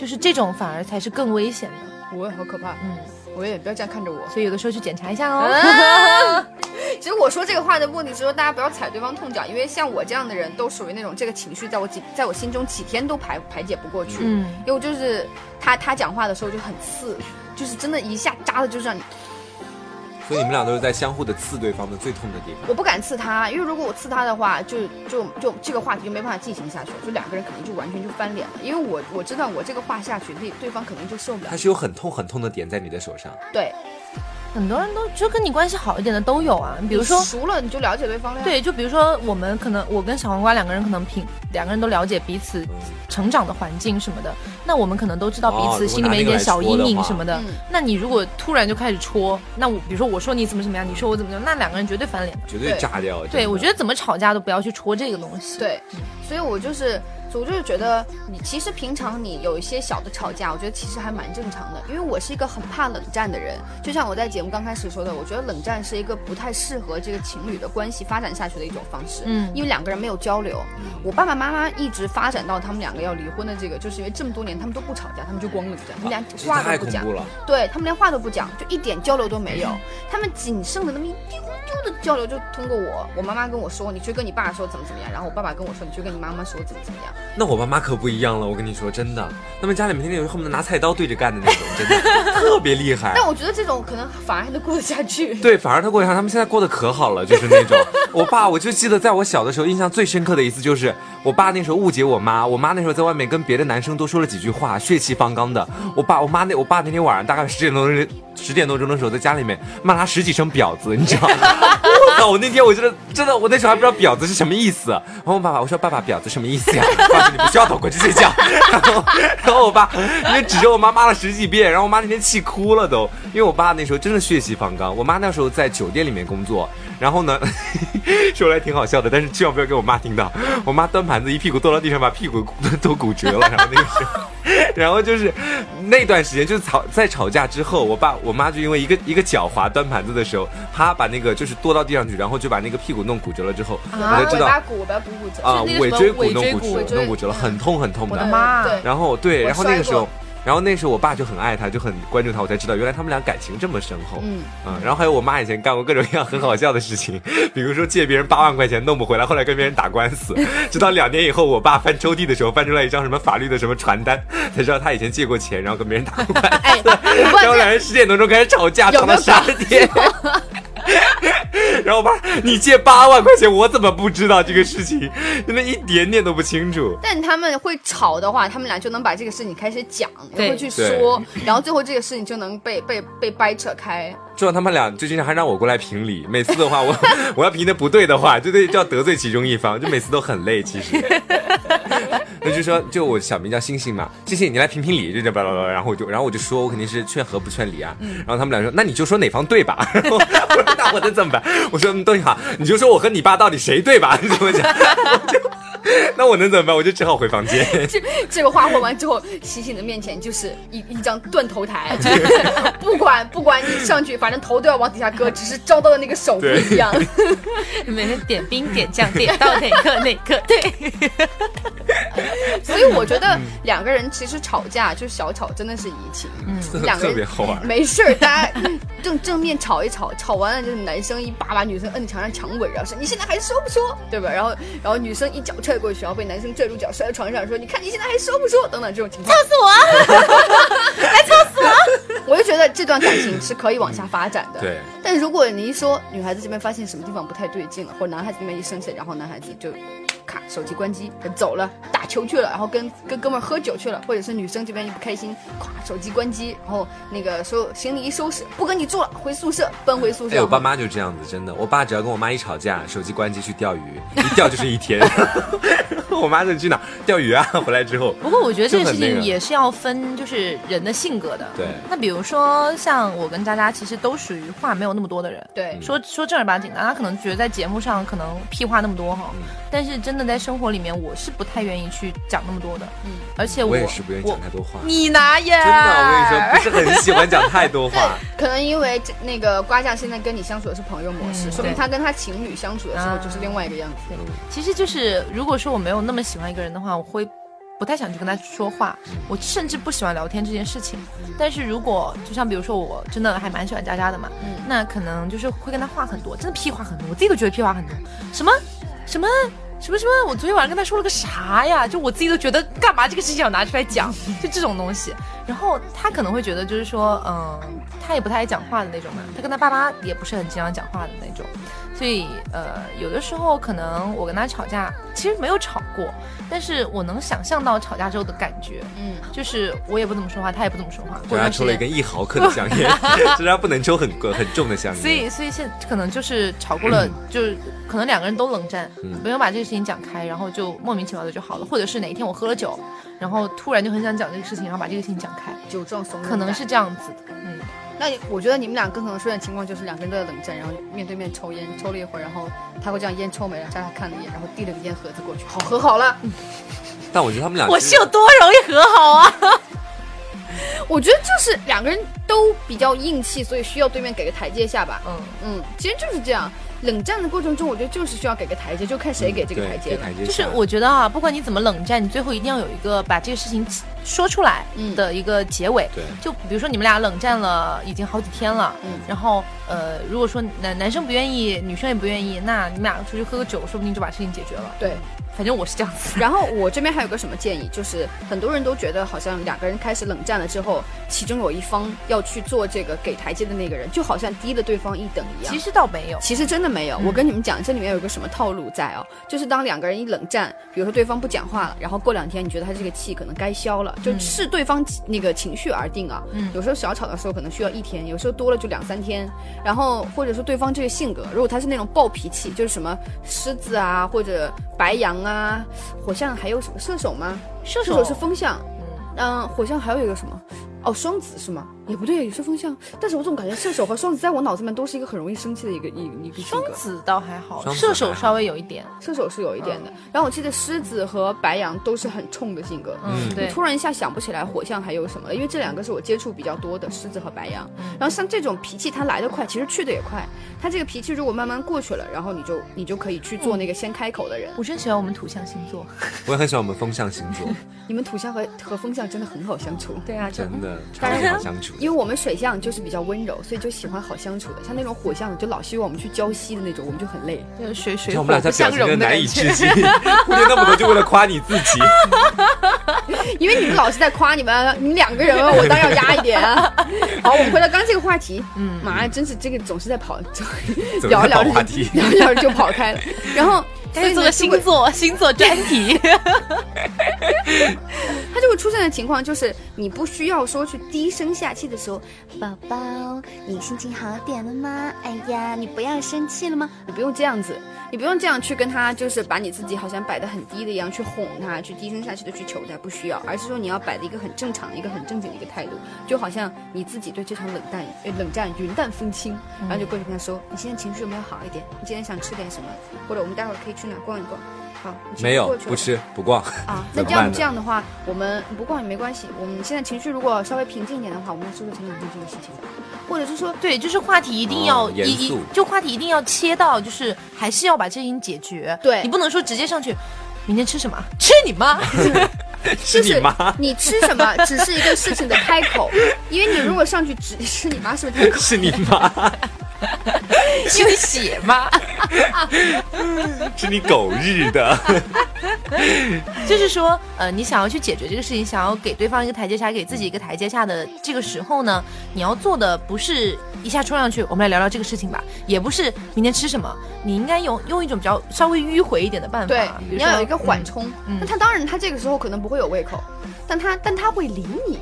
Speaker 2: 就是这种反而才是更危险的。
Speaker 3: 我好可怕，
Speaker 2: 嗯，
Speaker 3: 我也不要这样看着我。
Speaker 2: 所以有的时候去检查一下哦。
Speaker 3: 啊其实我说这个话的目的是说，大家不要踩对方痛脚，因为像我这样的人都属于那种这个情绪在我几在我心中几天都排排解不过去。
Speaker 2: 嗯
Speaker 3: 因为我就是他他讲话的时候就很刺，就是真的一下扎的就让你，
Speaker 4: 所以你们俩都是在相互的刺对方的最痛的地方。
Speaker 3: 我不敢刺他，因为如果我刺他的话，就就就这个话题就没办法进行下去了，就两个人肯定就完全就翻脸了。因为我我知道我这个话下去，对对方肯定就受不了
Speaker 4: 他。是有很痛很痛的点在你的手上，
Speaker 3: 对，
Speaker 2: 很多人都就跟你关系好一点的都有啊，比如说
Speaker 3: 你熟了你就了解对方了呀。，
Speaker 2: 对，就比如说我们可能我跟小黄瓜两个人可能平两个人都了解彼此
Speaker 4: 嗯
Speaker 2: 成长的环境什么的，那我们可能都知道
Speaker 4: 哦
Speaker 2: 彼
Speaker 4: 如
Speaker 2: 此
Speaker 4: 果
Speaker 2: 心里
Speaker 4: 拿
Speaker 2: 面一
Speaker 4: 那个
Speaker 2: 点
Speaker 4: 来
Speaker 2: 小
Speaker 4: 戳
Speaker 2: 阴
Speaker 4: 的
Speaker 2: 影
Speaker 4: 话
Speaker 2: 什么的
Speaker 3: 嗯。
Speaker 2: 那你如果突然就开始戳，那我比如说我说你怎么怎么样，你说我怎么怎么样，那两个人绝对翻脸的。
Speaker 4: 绝对
Speaker 3: 对
Speaker 4: 炸掉。
Speaker 2: 对，我觉
Speaker 4: 得
Speaker 2: 得怎么吵架都不要去戳这个东西。，
Speaker 3: 对，所以我就是，我就是觉得你其实平常你有一些小的吵架，我觉得其实还蛮正常的，因为我是一个很怕冷战的人。就像我在节目刚开始说的，我觉得冷战是一个不太适合这个情侣的关系发展下去的一种方式。
Speaker 2: 嗯
Speaker 3: 因为两个人没有交流。
Speaker 4: 嗯
Speaker 3: 我爸爸妈妈一直发展到他们两个要离婚的这个，就是因为这么多年他们都不吵架，他们就光冷战，他们连
Speaker 4: 这
Speaker 3: 话
Speaker 4: 啊太
Speaker 3: 都不
Speaker 4: 恐
Speaker 3: 讲
Speaker 4: 怖。了。嗯
Speaker 3: 对他们连话都不讲，就一点交流都没有。他们仅剩的那么一丢丢的交流，就通过我，我妈妈跟我说，你去跟你爸说怎么怎么样，然后我爸爸跟我说，你去跟你妈妈说怎么怎么样。
Speaker 4: 那我爸妈可不一样了，我跟你说，真的，他们家里面天天有人恨不得拿菜刀对着干的那种，真的 特别厉害
Speaker 3: 但。我觉得这种可能反而还能过得下去。
Speaker 4: 对，反而他过得上，他们现在过得可好了，就是那种。我爸，我就记得在我小的时候，印象最深刻的一次就是，我爸那时候误解我妈，我妈那时候在外面跟别的男生多说了几句话，血气方刚的。我爸，我妈那我爸那天晚上大概十点多钟，十点多钟的时候，在家里面骂他十几声婊子，你知道吗？ 我靠！我那天我觉得真的，我那时候还不知道婊子是什么意思。然后我爸爸我说爸爸婊子什么意思呀？ 爸爸你不需要走过去睡觉。 然后然后我爸因为指着我妈骂了十几遍，然后我妈那天气哭了都，因为我爸那时候真的血气方刚。我妈那时候在酒店里面工作，然后呢 说来挺好笑的，但是千万不要给我妈听到。我妈端盘子一屁股坐到地上，把屁股都骨折了。然后那个时候。 然后就是那段时间，就是吵在吵架之后，我爸我妈就因为一个一个脚滑端盘子的时候，啪把那个就是跺到地上去，然后就把那个屁股弄骨折了之后，我才知
Speaker 3: 尾
Speaker 4: 道
Speaker 3: 巴骨，尾巴骨骨折。
Speaker 4: 啊
Speaker 2: 是那个什
Speaker 4: 尾
Speaker 2: 么
Speaker 4: 椎骨
Speaker 2: 尾
Speaker 4: 弄
Speaker 2: 椎
Speaker 4: 骨
Speaker 2: 骨
Speaker 4: 折，弄骨折了，很痛很痛
Speaker 2: 我
Speaker 4: 的
Speaker 2: 的。妈！
Speaker 3: 对
Speaker 4: 然后对，
Speaker 3: 我
Speaker 4: 然后那个
Speaker 3: 摔
Speaker 4: 时候
Speaker 3: 过，
Speaker 4: 然后那时候我爸就很爱他，就很关注他，我才知道原来他们俩感情这么深厚。嗯
Speaker 3: 嗯
Speaker 4: 然后还有我妈以前干过各种各样很好笑的事情， 比如说借别人八万块钱弄不回来，后来跟别人打官司， 直到两年以后，我爸翻抽屉的时候翻出来一张什么法律的什么传单，才知道他以前借过钱，然后跟别人打过官司。
Speaker 3: 哎，我 爸
Speaker 4: 然后
Speaker 3: 这
Speaker 4: 两人十点多钟开始吵架，
Speaker 3: 有
Speaker 4: 吵
Speaker 3: 没
Speaker 4: 到
Speaker 3: 有
Speaker 4: 十二点。 然后我爸，你借八万块钱，我怎么不知道这个事情？真的一点点都不清楚。
Speaker 3: 但他们会吵的话，他们俩就能把这个事情开始讲，
Speaker 2: 对
Speaker 3: 也会去说，然后最后这个事情就能被被被掰扯开。
Speaker 4: 知道他们俩最近还让我过来评理，每次的话 我我要评的不对的话，就得就要得罪其中一方，就每次都很累。其实，那就说，就我小名叫星星嘛，星星你来评评理，就这巴拉巴拉，然后我就，然后我就说，我肯定是劝和不劝离啊。
Speaker 3: 嗯
Speaker 4: 然后他们俩说，那你就说哪方对 吧？然后我说那我能怎么办？我说嗯东西好，你就说我和你爸到底谁对吧？你 怎么讲？我就那我能怎么办？我就只好回房间。
Speaker 3: 这这个话问完之后，醒醒的面前就是一一张断头台，就是不管不管你上去，反正头都要往底下搁，只是招到的那个手不一样。
Speaker 2: 每天点兵点将，点到哪个哪个 对。
Speaker 3: 所以我觉得两个人其实吵架就是小吵，真的是怡情。
Speaker 4: 特
Speaker 3: 嗯两个
Speaker 4: 特
Speaker 3: 人
Speaker 4: 别好玩。
Speaker 3: 没事儿，大家 正正面吵一吵，吵完了就是男生一把把女生摁墙上墙吻，然后说你现在还说不说，对吧？然后然后女生一脚踹过去，然后被男生拽住脚摔到床上，说你看你现在还说不说等等这种情况，
Speaker 1: 告诉我啊，
Speaker 3: 我就觉得这段感情是可以往下发展的。
Speaker 4: 对，
Speaker 3: 但如果你一说女孩子这边发现什么地方不太对劲了，或者男孩子那边一生气，然后男孩子就。咔，手机关机，走了，打球去了，然后跟跟哥们儿喝酒去了，或者是女生这边一不开心，咵，手机关机，然后那个说行李一收拾，不跟你住了，回宿舍，奔回宿舍。
Speaker 4: 哎，我爸妈就这样子，真的。我爸只要跟我妈一吵架，手机关机去钓鱼，一钓就是一天。 我妈就去哪儿钓鱼啊？回来之后，
Speaker 2: 不过我觉得这个
Speaker 4: 就
Speaker 2: 事
Speaker 4: 很那
Speaker 2: 情
Speaker 4: 个
Speaker 2: 也是要分，就是人的性格的。
Speaker 4: 对
Speaker 2: 那比如说像我跟渣渣，其实都属于话没有那么多的人。
Speaker 3: 对，
Speaker 2: 说说正儿八经的，他可能觉得在节目上可能屁话那么多哈，
Speaker 4: 嗯
Speaker 2: 但是真的在生活里面，我是不太愿意去讲那么多的。嗯，而且我
Speaker 4: 我也是不愿意讲太多话。
Speaker 2: 你拿耶！
Speaker 4: 真的，我跟你说，不是很喜欢讲太多话。
Speaker 3: 可能因为这那个瓜酱现在跟你相处的是朋友模式，
Speaker 2: 嗯
Speaker 3: 说明
Speaker 2: 对
Speaker 3: 他跟他情侣相处的时候
Speaker 2: 啊
Speaker 3: 就是另外一个样子。
Speaker 2: 其实就是，如果说我没有那么喜欢一个人的话，我会不太想去跟他说话，
Speaker 4: 嗯
Speaker 2: 我甚至不喜欢聊天这件事情。但是如果就像比如说，我真的还蛮喜欢渣渣的嘛，
Speaker 3: 嗯
Speaker 2: 那可能就是会跟他话很多，真的屁话很多，我自己都觉得屁话很多，什么什么。什么什么？我昨天晚上跟他说了个啥呀？就我自己都觉得干嘛这个事情要拿出来讲，就这种东西。然后他可能会觉得就是说，嗯，他也不太爱讲话的那种嘛，他跟他爸妈也不是很经常讲话的那种。所以呃，有的时候可能我跟他吵架，其实没有吵过，但是我能想象到吵架之后的感觉，
Speaker 3: 嗯，就是
Speaker 2: 是我也不怎么说话，他也不怎么说话，过
Speaker 4: 人家
Speaker 2: 段
Speaker 4: 抽
Speaker 2: 时
Speaker 4: 啊了一
Speaker 2: 间。
Speaker 4: 根一毫克的香烟，人家不能抽很个很重的香烟。
Speaker 2: 所以，所以现可能就是吵过了，就是可能两个人都冷战，
Speaker 4: 嗯
Speaker 2: 没有把这个事情讲开，然后就莫名其妙的就好了，或者是哪一天我喝了酒，然后突然就很想讲这个事情，然后把这个事情讲开，
Speaker 3: 酒壮怂
Speaker 4: 嗯
Speaker 3: 人胆
Speaker 2: 可能是。这样子的。嗯，
Speaker 3: 那我觉得你们俩更可能出现的情况就是两个人都在冷战，然后面对面抽烟，抽了一会儿，然后他会这样烟抽没了，加他看了一眼，然后递了个烟盒子过去，好和好了。
Speaker 4: 但我觉得他们俩
Speaker 2: 我
Speaker 4: 啊就是
Speaker 2: 有多容易和好啊？
Speaker 3: 我觉得就是两个人都比较硬气，所以需要对面给个台阶下吧。
Speaker 2: 嗯，
Speaker 3: 嗯，其实就是这样。冷战的过程中，我觉得就是需要给个台阶，就看谁给这个
Speaker 4: 对
Speaker 3: 台阶
Speaker 4: 给
Speaker 3: 了。
Speaker 4: 台阶
Speaker 2: 就是
Speaker 4: 下
Speaker 2: 我觉得啊，不管你怎么冷战，你最后一定要有一个把这个事情说出来的一个结尾。
Speaker 4: 嗯对
Speaker 2: 就比如说你们俩冷战了已经好几天了，
Speaker 3: 嗯
Speaker 2: 然后呃，如果说男男生不愿意，女生也不愿意，那你们俩出去喝个酒，说不定就把事情解决了。
Speaker 3: 对，
Speaker 2: 反正我是这样子。
Speaker 3: 然后我这边还有个什么建议，就是很多人都觉得好像两个人开始冷战了之后，其中有一方要去做这个给台阶的那个人，就好像低了对方一等一样。
Speaker 2: 其实倒没有，
Speaker 3: 其实真的没有，我跟你们讲，这里面有个什么套路在哦，就是当两个人一冷战，比如说对方不讲话了，然后过两天你觉得他这个气可能该消了，就
Speaker 2: 嗯
Speaker 3: 视对方那个情绪而定啊。
Speaker 2: 嗯
Speaker 3: 有时候小吵的时候可能需要一天，有时候多了就两三天，然后或者说对方这个性格，如果他是那种暴脾气，就是什么狮子啊，或者白羊啊，火象还有什么射手吗？
Speaker 2: 射
Speaker 3: 射
Speaker 2: 手
Speaker 3: 手是风象，嗯，火象还有一个什么？哦，双子是吗？也不对，也是风象。但是我总感觉射手和双子在我脑子里面都是一个很容易生气的一个一一个性
Speaker 2: 双
Speaker 3: 格。
Speaker 2: 子倒还好，
Speaker 4: 双子
Speaker 2: 射手
Speaker 4: 还好
Speaker 2: 稍微有一点。
Speaker 3: 射手是有一点的，
Speaker 2: 嗯
Speaker 3: 然后我记得狮子和白羊都是很冲的性格。
Speaker 2: 嗯，对。
Speaker 3: 突然一下想不起来火象还有什么了，因为这两个是我接触比较多的，狮子和白
Speaker 2: 嗯
Speaker 3: 羊。然后像这种脾气，它来得快，其实去得也快。它这个脾气如果慢慢过去了，然后你就你就可以去做那个先开口的人。
Speaker 2: 我真喜欢我们土象星座。
Speaker 4: 我也很喜欢我们风象星座，
Speaker 3: 你们土象和和风象真的很好相处。
Speaker 2: 对啊，
Speaker 4: 真的超级好相处。
Speaker 3: 因为我们水象就是比较温柔，所以就喜欢好相处的。像那种火象，就老希望我们去礁溪的那种，我们就很累。
Speaker 2: 就是水水
Speaker 4: 像
Speaker 2: 火
Speaker 4: 我们俩
Speaker 2: 不
Speaker 4: 在
Speaker 2: 相
Speaker 4: 表情
Speaker 2: 容
Speaker 4: 真
Speaker 2: 的
Speaker 4: 的难
Speaker 2: 感
Speaker 4: 以
Speaker 2: 觉。
Speaker 4: 置信，忽略那么多就为了夸你自己。
Speaker 3: 因为你们老是在夸你们，你们两个人，我当然要压一点啊。好，我们回到刚刚这个话题，嗯，妈呀，真是这个总是在跑， 就
Speaker 4: 怎么
Speaker 3: 聊着聊
Speaker 4: 在
Speaker 3: 着
Speaker 4: 跑话题
Speaker 3: 聊着聊着就跑开了。然后，所
Speaker 2: 该
Speaker 3: 以
Speaker 2: 做
Speaker 3: 呢，就
Speaker 2: 个星
Speaker 3: 会
Speaker 2: 座星座专题。
Speaker 3: 它就会出现的情况就是，你不需要说去低声下气的时候，
Speaker 1: 宝宝，你心情好点了吗？哎呀，你不要生气了吗？
Speaker 3: 你不用这样子，你你不用这样去跟他，就是把你自己好像摆的很低的一样去哄他，去低声下气的去求他，不需要，而是说你要摆的一个很正常、一个很正经的一个态度，就好像你自己对这场冷淡、呃冷战云淡风轻，然后就过去跟他说，你现在情绪有没有好一点？你今天想吃点什么？或者我们待会儿可以去哪儿逛一逛？好，你
Speaker 4: 没有
Speaker 3: 过去
Speaker 4: 不吃不逛，
Speaker 3: 啊。那
Speaker 4: 怎么
Speaker 3: 这样
Speaker 4: 办呢
Speaker 3: 这样的话，我们不逛也没关系。我们现在情绪如果稍微平静一点的话，我们说说前两天这个事情，或者是说
Speaker 2: 对，就是话题一定要
Speaker 4: 哦
Speaker 2: 一
Speaker 4: 严
Speaker 2: 一、
Speaker 4: 肃
Speaker 2: 就话题一定要切到，就是还是要把这事情解决。
Speaker 3: 对
Speaker 2: 你不能说直接上去，明天吃什么？吃你妈！
Speaker 4: 是
Speaker 3: 就
Speaker 4: 你
Speaker 3: 是
Speaker 4: 妈。
Speaker 3: 你吃什么只是一个事情的开口，因为你如果上去只 是你妈是不是太口？
Speaker 4: 是你妈，
Speaker 2: 是你血吗？
Speaker 4: 是你狗日的！
Speaker 2: 就是说，呃，你想要去解决这个事情，想要给对方一个台阶下，给自己一个台阶下的这个时候呢，你要做的不是一下冲上去，我们来聊聊这个事情吧，也不是明天吃什么，你应该用用一种比较稍微迂回一点的办法，
Speaker 3: 对，
Speaker 2: 比
Speaker 3: 你
Speaker 2: 如说
Speaker 3: 要有一个缓
Speaker 2: 嗯
Speaker 3: 冲。
Speaker 2: 嗯
Speaker 3: 那他当然他这个时候可能不会有胃口，但他但他会理你，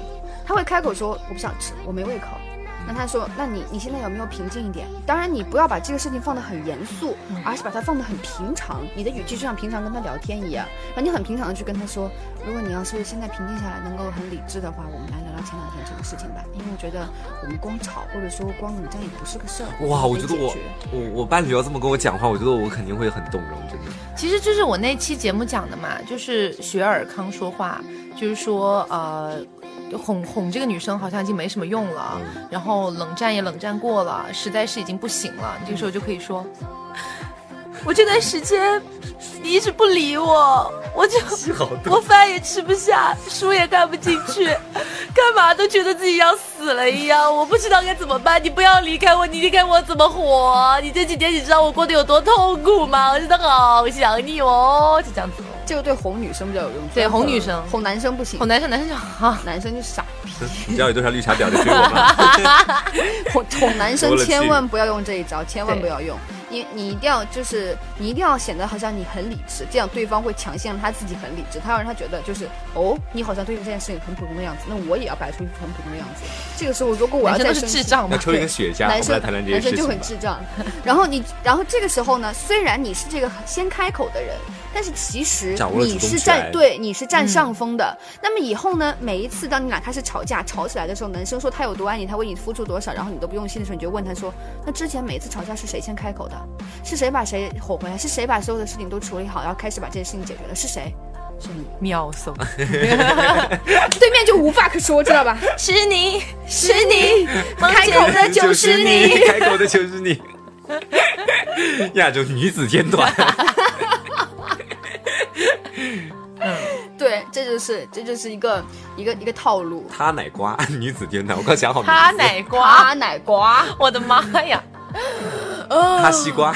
Speaker 3: 他会开口说我不想吃，我没胃口。
Speaker 2: 嗯
Speaker 3: 那他说，那你你现在有没有平静一点？当然，你不要把这个事情放得很严肃，
Speaker 2: 嗯
Speaker 3: 而是把它放得很平常。你的语气就像平常跟他聊天一样，然后你很平常的去跟他说，如果你要是现在平静下来，能够很理智的话，我们来聊聊前两天这个事情吧。因为我觉得我们光吵或者说光冷战也不是个事儿。
Speaker 4: 哇，我
Speaker 3: 得
Speaker 4: 觉得
Speaker 3: 解
Speaker 4: 我
Speaker 3: 决
Speaker 4: 我我伴侣要这么跟我讲话，我觉得我肯定会很动容，真的。
Speaker 2: 其实就是我那期节目讲的嘛，就是学尔康说话，就是说呃。哄哄这个女生好像已经没什么用了，然后冷战也冷战过了，实在是已经不行了。你这个时候就可以说，我这段时间你一直不理我，我就我饭也吃不下，书也看不进去，干嘛都觉得自己要死了一样，我不知道该怎么办。你不要离开我，你离开我怎么活？你这几天你知道我过得有多痛苦吗？我真的好想你哦，就这样子。
Speaker 3: 这个对哄女生比较有用，
Speaker 2: 对哄女生
Speaker 3: 哄男生不行
Speaker 2: 我，男生男生就 好，
Speaker 3: 男生就傻 逼，
Speaker 4: 你知道有多少绿茶婊在追我吗？
Speaker 3: 哄哄男生
Speaker 4: 多了气
Speaker 3: 千万不要用这一招，千万不要用，你你一定要就是你一定要显得好像你很理智，这样对方会强行让他自己很理智，他要让他觉得就是哦，你好像对这件事情很普通的样子，那我也要摆出一副很普通的样子。这个时候如果我
Speaker 2: 男
Speaker 3: 要
Speaker 2: 生
Speaker 3: 再
Speaker 2: 都是
Speaker 3: 生气
Speaker 2: 智障嘛
Speaker 4: 要。抽一个雪茄，我
Speaker 3: 男
Speaker 4: 们来
Speaker 3: 生
Speaker 4: 谈谈这
Speaker 3: 男
Speaker 4: 件
Speaker 3: 生
Speaker 4: 事
Speaker 3: 就
Speaker 4: 情
Speaker 3: 很
Speaker 4: 吧。
Speaker 3: 智障。然后你，然后这个时候呢，虽然你是这个先开口的人，但是其实
Speaker 4: 掌握了主
Speaker 3: 你
Speaker 4: 动
Speaker 3: 是
Speaker 4: 权
Speaker 3: 占对，你是占
Speaker 2: 嗯
Speaker 3: 上风的。那么以后呢，每一次当你俩开始吵架、吵起来的时候，男生说他有多爱你，他为你付出多少，然后你都不用心的时候，你就问他说：“那之前每次吵架是谁先开口的？是谁把谁吼回来？是谁把所有的事情都处理好，然后开始把这件事情解决了？是谁？”是你，
Speaker 2: 秒怂，
Speaker 3: 对面就无话可说，知道吧？
Speaker 2: 是你是 你，开
Speaker 3: 口的
Speaker 4: 就是你， 开口的就是你。 亚洲女子天 团，
Speaker 3: 对，这就是这就是一个一个一个套路。
Speaker 4: 哈奶瓜女子天团，我刚想好名字。
Speaker 2: 哈奶瓜，
Speaker 3: 瓜 奶瓜，
Speaker 2: 我的妈呀！
Speaker 4: 哈西瓜，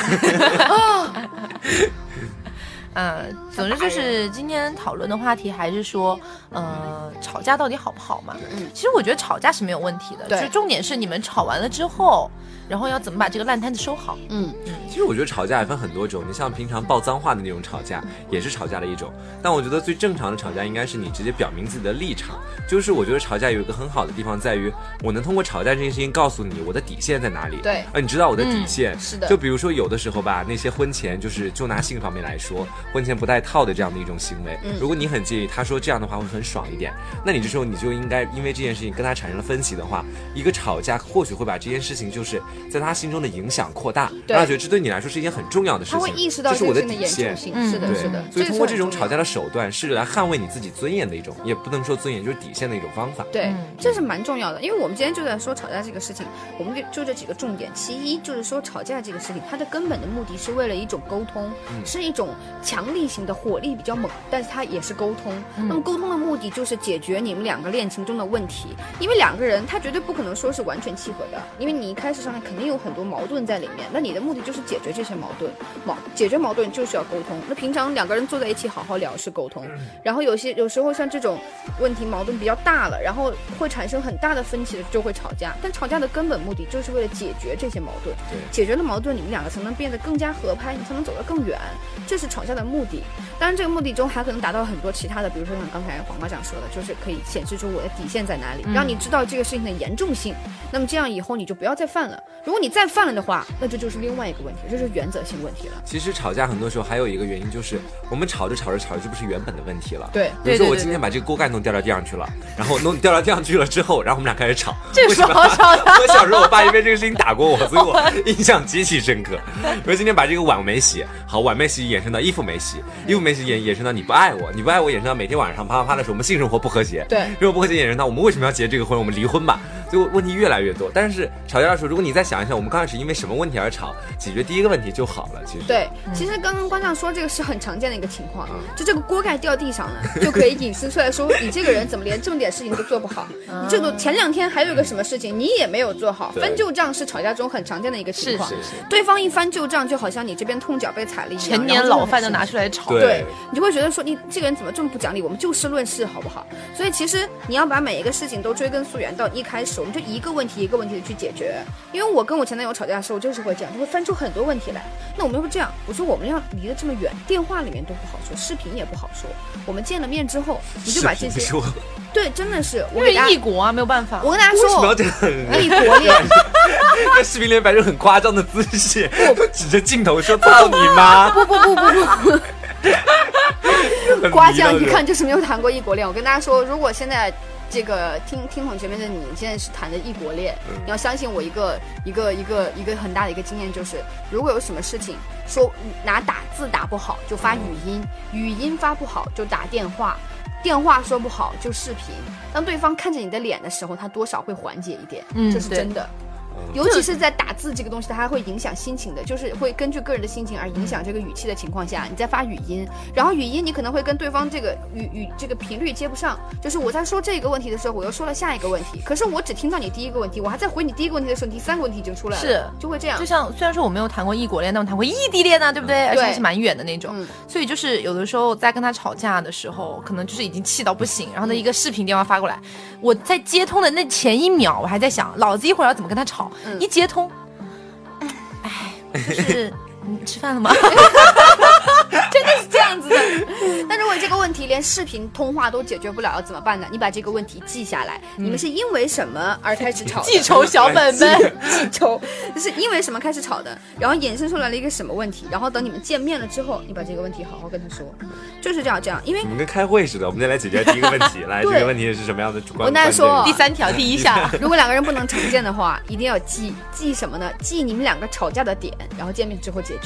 Speaker 2: 嗯，总之就是今天讨论的话题还是说，呃，吵架到底好不好嘛？
Speaker 3: 嗯
Speaker 2: 其实我觉得吵架是没有问题的，
Speaker 3: 对
Speaker 2: 就重点是你们吵完了之后，然后要怎么把这个烂摊子收好。
Speaker 3: 嗯，
Speaker 4: 其实我觉得吵架也分很多种，你像平常爆脏话的那种吵架也是吵架的一种，但我觉得最正常的吵架应该是你直接表明自己的立场。就是我觉得吵架有一个很好的地方在于，我能通过吵架这件事情告诉你我的底线在哪里。
Speaker 3: 对嗯
Speaker 4: 呃，你知道我的底线。
Speaker 3: 是的
Speaker 4: 就比如说有的时候吧，那些婚前就是就拿性方面来说，婚前不带套的这样的一种行为，如果你很介意，他说这样的话会很爽一点，那你这时候你就应该因为这件事情跟他产生了分歧的话，一个吵架或许会把这件事情就是在他心中的影响扩大，
Speaker 3: 对
Speaker 4: 让他觉得这对你来说是一件很重要的事
Speaker 3: 他
Speaker 4: 情，
Speaker 3: 会意识到
Speaker 4: 这是
Speaker 3: 这
Speaker 4: 我
Speaker 3: 个
Speaker 4: 的
Speaker 3: 事情的
Speaker 4: 底
Speaker 3: 严重
Speaker 4: 线。
Speaker 3: 性，
Speaker 2: 嗯
Speaker 3: 是的，
Speaker 4: 对
Speaker 3: 是的，
Speaker 4: 所
Speaker 3: 个
Speaker 4: 以通
Speaker 3: 是
Speaker 4: 过
Speaker 3: 很
Speaker 4: 这种
Speaker 3: 重
Speaker 4: 吵
Speaker 3: 要
Speaker 4: 架的手段是来捍卫你自己尊严的一种，也不能说尊严，就是底线的一种方法。
Speaker 3: 对
Speaker 2: 嗯，
Speaker 3: 这是蛮重要的，因为我们今天就在说吵架这个事情，我们就就这几个重点。其一就是说吵架这个事情，它的根本的目的是为了一种沟通，
Speaker 4: 嗯
Speaker 3: 是一种强力型的火力比较猛，但是它也是沟通。那么沟通的目的就是解决你们两个恋情中的问题，因为两个人他绝对不可能说是完全契合的，因为你一开始上来肯定有很多矛盾在里面。那你的目的就是解决这些矛盾，矛解决矛盾就是要沟通。那平常两个人坐在一起好好聊是沟通，然后有些有时候像这种问题矛盾比较大了，然后会产生很大的分歧，就会吵架。但吵架的根本目的就是为了解决这些矛盾，
Speaker 4: 对
Speaker 3: 解决了矛盾，你们两个才能变得更加合拍，你才能走得更远，这是吵架的目的。当然，这个目的中还可能达到很多其他的，比如说像刚才黄科长说的，就是可以显示出我的底线在哪里，让你知道这个事情的严重性。那么这样以后你就不要再犯了。如果你再犯了的话，那这就是另外一个问题，这是原则性问题了。
Speaker 4: 其实吵架很多时候还有一个原因，就是我们吵着吵着吵着，这不是原本的问题了。
Speaker 3: 对
Speaker 4: 比如
Speaker 2: 对
Speaker 4: 说
Speaker 2: 对
Speaker 4: 我
Speaker 2: 对
Speaker 4: 今天把这个锅盖弄掉到地上去了，然后弄掉到地上去了之后，然后我们俩开始吵。
Speaker 2: 这有
Speaker 4: 为
Speaker 2: 什
Speaker 4: 什
Speaker 2: 么好
Speaker 4: 么？
Speaker 2: 吵的？
Speaker 4: 我小时候我爸因为这个事情打过我，所以我印象极其 深刻。我今天把这个碗没洗，好，碗没洗衍生到衣服没洗，衣服没洗衍衍生到你不爱我，你不爱我衍生到每天晚上啪啪啪的时候，我们性生活不和谐。
Speaker 3: 对
Speaker 4: 如果不和谐衍生到我们为什么要结这个婚？我们离婚吧。所以问题越来越多。但是吵架的时候，如果你再想一想，我们刚开始因为什么问题而吵，解决第一个问题就好了。其实
Speaker 3: 对，
Speaker 2: 嗯
Speaker 3: 其实刚刚关上说这个是很常见的一个情况
Speaker 4: 嗯，
Speaker 3: 就这个锅盖掉地上了，就可以引申出来说你这个人怎么连这么点事情都做不好？
Speaker 2: 嗯
Speaker 3: 你这个前两天还有个什么事情你也没有做好，
Speaker 4: 对
Speaker 3: 翻旧账是吵架中很常见的一个情况
Speaker 2: 是。
Speaker 4: 是
Speaker 3: 对方一翻旧账，就好像你这边痛脚被踩了一样，
Speaker 2: 陈年老饭都拿
Speaker 3: 出。
Speaker 2: 出来吵，
Speaker 4: 对
Speaker 3: 对你就会觉得说你这个人怎么这么不讲理？我们就事论事好不好？所以其实你要把每一个事情都追根溯源到一开始，我们就一个问题一个问题的去解决。因为我跟我前男友吵架的时候，我就是会这样，就会翻出很多问题来。那我们要不这样，我说我们要离得这么远，电话里面都不好说，视频也不好说。我们见了面之后，你就把这些
Speaker 4: 说，
Speaker 3: 对，真的是我
Speaker 2: 因
Speaker 3: 给
Speaker 2: 为
Speaker 3: 大
Speaker 2: 异
Speaker 3: 家，
Speaker 2: 国啊，没有办法。
Speaker 3: 我跟大家
Speaker 4: 为什么
Speaker 3: 说，
Speaker 4: 要 这样？
Speaker 3: 异国恋。
Speaker 4: 在视频里面摆出很夸张的姿势，指着镜头说：“操你妈
Speaker 3: 不不不不不！”
Speaker 4: 很
Speaker 3: 瓜
Speaker 4: 迷的
Speaker 3: 酱一
Speaker 4: 人
Speaker 3: 看就是没有谈过异国恋。我跟大家说，如果现在这个听听筒前面的你现在是谈的异国恋，你要相信我一个一个一个一个很大的一个经验就是，如果有什么事情说拿打字打不好就发语音，语音发不好就打电话。电话说不好就视频，当对方看着你的脸的时候，他多少会缓解一点，
Speaker 2: 嗯
Speaker 3: 这是
Speaker 2: 对
Speaker 3: 真的。尤其是在打字这个东西，它还会影响心情的，就是会根据个人的心情而影响这个语气的情况下，你再发语音，然后语音你可能会跟对方这个语语这个频率接不上，就是我在说这个问题的时候，我又说了下一个问题，可是我只听到你第一个问题，我还在回你第一个问题的时候，你第三个问题已经出来了，
Speaker 2: 是
Speaker 3: 就会这样
Speaker 2: 就。像虽然说我没有谈过异国恋，但我谈过异地恋啊，对不对？而且还是蛮远的那种。
Speaker 3: 嗯
Speaker 2: 所以就是有的时候在跟他吵架的时候，可能就是已经气到不
Speaker 3: 嗯
Speaker 2: 行，然后呢一个视频电话发过来，我在接通的那前一秒，我还在想老子一会儿要怎么跟他吵，
Speaker 3: 嗯
Speaker 2: 一 接通，哎，就是。你吃饭 了吗？
Speaker 3: 这样子的。那如果这个问题连视频通话都解决不了，要怎么办呢？你把这个问题记下来，你们是因为什么而开始吵的？
Speaker 2: 记仇小本本，
Speaker 3: 记仇，就是因为什么开始吵的，然后衍生出来了一个什么问题，然后等你们见面了之后，你把这个问题好好跟他说，就是这样这样，因为
Speaker 4: 你们跟开会似的，我们再来解决第一个问题。来，这
Speaker 3: 对
Speaker 4: 个问题是什么样的主观？
Speaker 3: 我跟大家说
Speaker 2: 第三条第 一下，
Speaker 3: 如果两个人不能成见的话，一定要记记什么呢？记你们两个吵架的点，然后见面之后解决。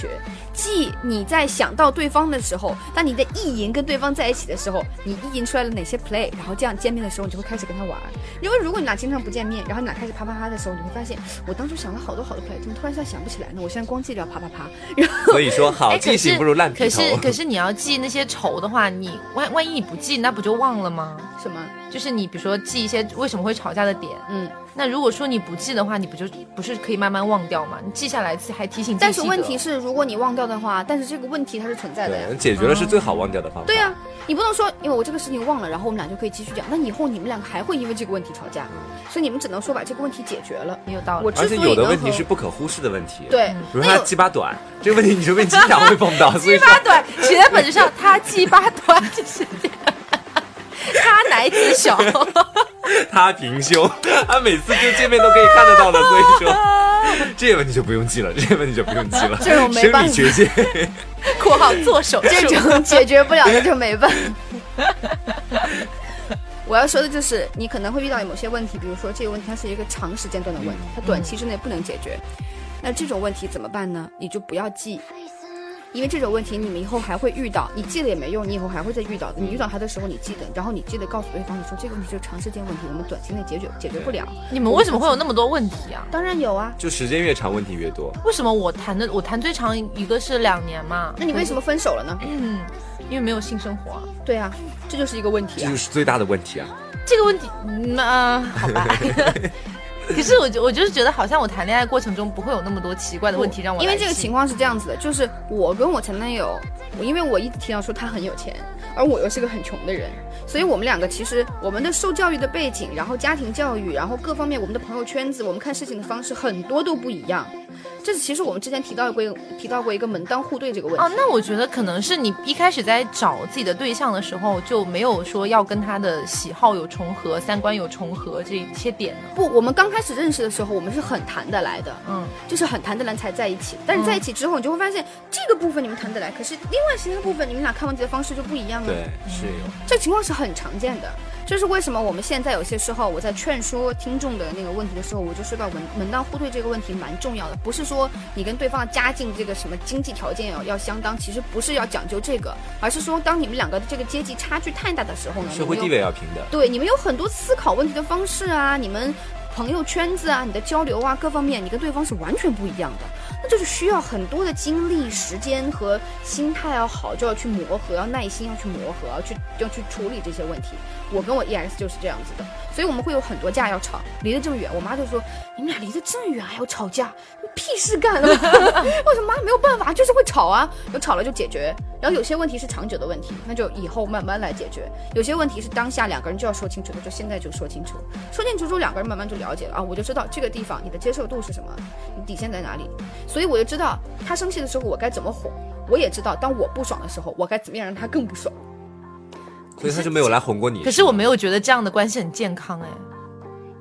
Speaker 3: 记你在想到对方的时候，当你的意淫跟对方在一起的时候，你意淫出来了哪些 play，然后这样见面的时候，你就会开始跟他玩。因为如果你俩经常不见面，然后你俩开始啪啪啪的时候，你会发现我当初想了好多好多 play，怎么突然间想不起来呢？我现在光记着啪啪 啪，然后
Speaker 4: 所以说好
Speaker 2: 哎，
Speaker 4: 记
Speaker 2: 可
Speaker 4: 性
Speaker 2: 是
Speaker 4: 不如烂
Speaker 2: 可
Speaker 4: 皮
Speaker 2: 是
Speaker 4: 头。
Speaker 2: 可是你要记那些仇的话，你万万一你不记，那不就忘了吗？
Speaker 3: 什么，
Speaker 2: 就是你比如说记一些为什么会吵架的点，
Speaker 3: 嗯。
Speaker 2: 那如果说你不记的话，你不就不是可以慢慢忘掉吗？你记下来还提醒自己。
Speaker 3: 但是问题，是，如果你忘掉的话，但是这个问题它是存在的呀。
Speaker 4: 对，解决了是最好忘掉的方法。
Speaker 3: 对呀、你不能说因为我这个事情忘了，然后我们俩就可以继续讲。那以后你们两个还会因为这个问题吵架，所以你们只能说把这个问题解决了。
Speaker 2: 也有道理
Speaker 3: 我
Speaker 4: 而
Speaker 3: 之所
Speaker 4: 且
Speaker 3: 以
Speaker 4: 嗯有的
Speaker 3: 能
Speaker 4: 问题
Speaker 3: 和
Speaker 4: 是不嗯可忽视的问题。，
Speaker 3: 对，
Speaker 4: 比如
Speaker 3: 那
Speaker 4: 他
Speaker 3: 有
Speaker 4: 鸡巴短这个问题，你说不定经常会 碰到。所以说，
Speaker 2: 短，写在本子上，他鸡巴短，就是这样。他奶子 小，
Speaker 4: 他平胸， 他每次就见面都可以看得到的。所以说， 这些问题就不用记了，这些问题就不用记了。
Speaker 3: 这种没
Speaker 4: 生
Speaker 3: 办
Speaker 4: 理
Speaker 3: 法
Speaker 4: 缺陷。
Speaker 2: 括号做手
Speaker 3: 这
Speaker 2: 术。
Speaker 3: 种解决不了的就没办 法。我要说的就是，你可能会遇到某些问题，比如说这个问题它是一个长时间段的问题，它短
Speaker 4: 嗯
Speaker 3: 期之内不能解决。那这种问题怎么办呢？你就不要记，因为这种问题你们以后还会遇到，你记了也没用，你以后还会再遇到的。你遇到它的时候，你记得，然后你记得告诉对方，你说这个问题就是长时间问题，我们短期内解决解决不了。
Speaker 2: 你们为什么会有那么多问题啊？
Speaker 3: 当然有啊，
Speaker 4: 就时间越长，问题越多。
Speaker 2: 为什么我谈的我谈最长一个是两年嘛？
Speaker 3: 那你为什么分手了呢？
Speaker 2: 因为没有性生活啊。
Speaker 3: 对啊，这就是一个问题
Speaker 4: 这
Speaker 3: 啊
Speaker 4: 就。是最大的问题啊！
Speaker 2: 这个问题，嗯，啊好吧。 可是我就我就是觉得，好像我谈恋爱过程中不会有那么多奇怪的问题让我来
Speaker 3: 因
Speaker 2: 记。
Speaker 3: 为这个情况是这样子的，就是我跟我前男友，我因为我一直提到说他很有钱，而我又是个很穷的人，所以我们两个其实我们的受教育的背景，然后家庭教育，然后各方面我们的朋友圈子，我们看事情的方式很多都不一样。这是其实我们之前提到过一个提到过一个门当户对这个问题。
Speaker 2: 哦，那我觉得可能是你一开始在找自己的对象的时候，就没有说要跟他的喜好有重合、三观有重合这一些点呢。
Speaker 3: 不，我们刚开始认识的时候，我们是很谈得来的，
Speaker 2: 嗯，
Speaker 3: 就是很谈得来才在一起。但是在一起之后，你就会发现这个部分你们谈得来，可是另外其他部分你们俩看问题的方式就不一样了。
Speaker 4: 对，是有，
Speaker 3: 这情况是很常见的。这是为什么我们现在有些时候我在劝说听众的那个问题的时候，我就说到门门当户对这个问题蛮重要的，不是说你跟对方的家境这个什么经济条件要要相当，其实不是要讲究这个，而是说当你们两个的这个阶级差距太大的时候呢，
Speaker 4: 社会
Speaker 3: 你
Speaker 4: 地
Speaker 3: 们有
Speaker 4: 位要平等。
Speaker 3: 对，你们有很多思考问题的方式啊，你们朋友圈子啊，你的交流啊，各方面，你跟对方是完全不一样的。那就是需要很多的精力、时间和心态要好，就要去磨合，要耐心，要去磨合，要去要去处理这些问题。我跟我 EX 就是这样子的，所以我们会有很多架要吵，离得这么远，我妈就说你们俩离得这么远啊还要吵架，你屁事干了。 我说妈没有办法，就是会吵啊，有吵了就解决。然后有些问题是长久的问题，那就以后慢慢来解决；有些问题是当下两个人就要说清楚的，就现在就说清楚。说清楚之后，两个人慢慢就了解了啊，我就知道这个地方你的接受度是什么，你底线在哪里，所以我就知道他生气的时候我该怎么哄，我也知道当我不爽的时候我该怎么样让他更不爽。
Speaker 4: 所以他就没有来哄过你。
Speaker 2: 可是我没有觉得这样的关系很健康哎，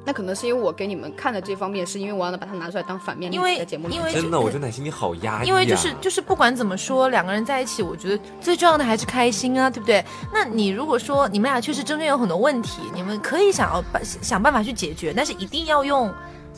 Speaker 3: 那可能是因为我给你们看的这方面，是因为我要把它拿出来当反面例
Speaker 2: 因
Speaker 3: 子
Speaker 2: 为
Speaker 3: 在节目里
Speaker 2: 因
Speaker 3: 面
Speaker 2: 为
Speaker 4: 真的，我觉得奶心你好压抑、啊。
Speaker 2: 因为就是就是不管怎么说，两个人在一起，我觉得最重要的还是开心啊，对不对？那你如果说你们俩确实中间有很多问题，你们可以想要把想办法去解决，但是一定要用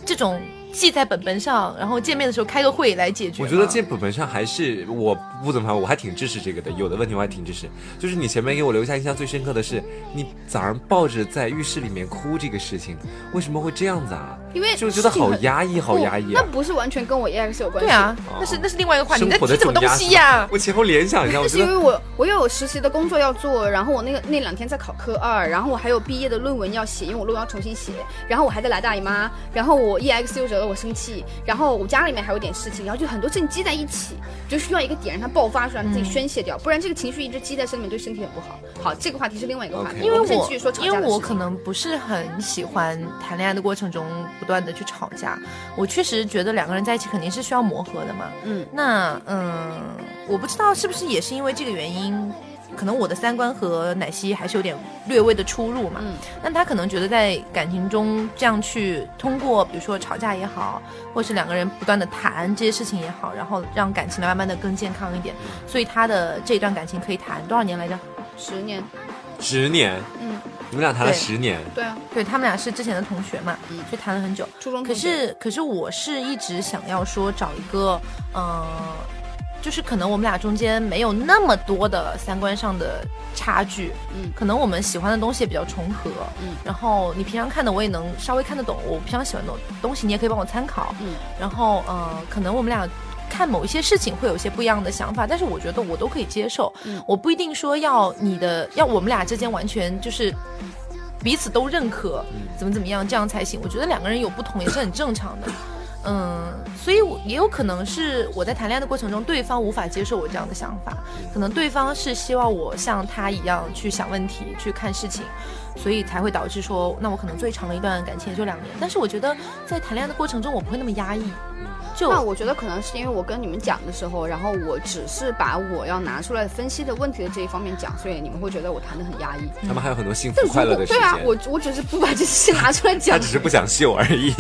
Speaker 2: 这种记在本本上，然后见面的时候开个会来解决嘛。
Speaker 4: 我觉得这本本上还是我不怎么反，我还挺支持这个的。有的问题我还挺支持，就是你前面给我留下印象最深刻的是，你早上抱着在浴室里面哭这个事情，为什么会这样子啊？
Speaker 3: 因为
Speaker 4: 就觉
Speaker 3: 事
Speaker 4: 得
Speaker 3: 情
Speaker 4: 好
Speaker 3: 很
Speaker 4: 压抑，好
Speaker 3: 不
Speaker 4: 压抑
Speaker 3: 那
Speaker 4: 啊！
Speaker 3: 不是完全跟我 EX 有关系。
Speaker 2: 对啊，那是那是另外一个话题，你在提什么东西呀、
Speaker 4: 我前后联想一下，我
Speaker 3: 那
Speaker 4: 觉
Speaker 3: 是因
Speaker 4: 得
Speaker 3: 为我我又有实习的工作要做，然后我那个那两天在考科二，然后我还有毕业的论文要写，因为我论文要重新写，然后我还在来大姨妈，然后我 EX 又惹得我生气，然后我家里面还有点事情，然后就很多事情积在一起，就需要一个点让它爆发出来，让自
Speaker 2: 嗯
Speaker 3: 己宣泄掉，不然这个情绪一直积在身里面对身体很不好。好，这个话题是另外一个话题
Speaker 4: OK
Speaker 2: 因为
Speaker 3: 我们先
Speaker 2: 我
Speaker 3: 继续说吵架
Speaker 2: 因
Speaker 3: 的
Speaker 2: 为我
Speaker 3: 事情
Speaker 2: 可能不是很喜欢谈恋爱的过程中不断的去吵架，我确实觉得两个人在一起肯定是需要磨合的嘛。
Speaker 3: 嗯，
Speaker 2: 那嗯，我不知道是不是也是因为这个原因，可能我的三观和奶昔还是有点略微的出入嘛。
Speaker 3: 嗯，
Speaker 2: 那他可能觉得在感情中这样去通过，比如说吵架也好，或是两个人不断的谈这些事情也好，然后让感情慢慢的更健康一点。所以他的这段感情可以谈多少年来着？
Speaker 3: 十年，
Speaker 4: 十年，
Speaker 3: 嗯，
Speaker 4: 你们俩谈了
Speaker 2: 对
Speaker 4: 十年，
Speaker 3: 对啊，
Speaker 2: 对他们俩是之前的同学嘛，
Speaker 3: 嗯
Speaker 2: 所以谈了很久。
Speaker 3: 初中
Speaker 2: 可
Speaker 3: 同学
Speaker 2: 是，可是我是一直想要说找一个，呃，就是可能我们俩中间没有那么多的三观上的差距，
Speaker 3: 嗯
Speaker 2: 可能我们喜欢的东西也比较重合，
Speaker 3: 嗯
Speaker 2: 然后你平常看的我也能稍微看得懂，我平常喜欢的东西你也可以帮我参考，
Speaker 3: 嗯
Speaker 2: 然后呃，可能我们俩看某一些事情会有一些不一样的想法，但是我觉得我都可以接受，
Speaker 3: 嗯
Speaker 2: 我不一定说要你的，要我们俩之间完全就是彼此都认可，怎么怎么样这样才行。我觉得两个人有不同也是很正常的，嗯，所以我也有可能是我在谈恋爱的过程中，对方无法接受我这样的想法，可能对方是希望我像他一样去想问题、去看事情，所以才会导致说，那我可能最长的一段感情也就两年。但是我觉得在谈恋爱的过程中，我不会那么压抑，就
Speaker 3: 那我觉得可能是因为我跟你们讲的时候，然后我只是把我要拿出来分析的问题的这一方面讲，所以你们会觉得我谈的很压抑。
Speaker 4: 他们还有很多幸
Speaker 3: 但
Speaker 4: 福
Speaker 3: 如
Speaker 4: 快乐
Speaker 3: 果
Speaker 4: 的时
Speaker 3: 对
Speaker 4: 间。
Speaker 3: 啊，嗯我我只是不把这些拿出来
Speaker 4: 他
Speaker 3: 讲
Speaker 4: 只，是不想秀而 已。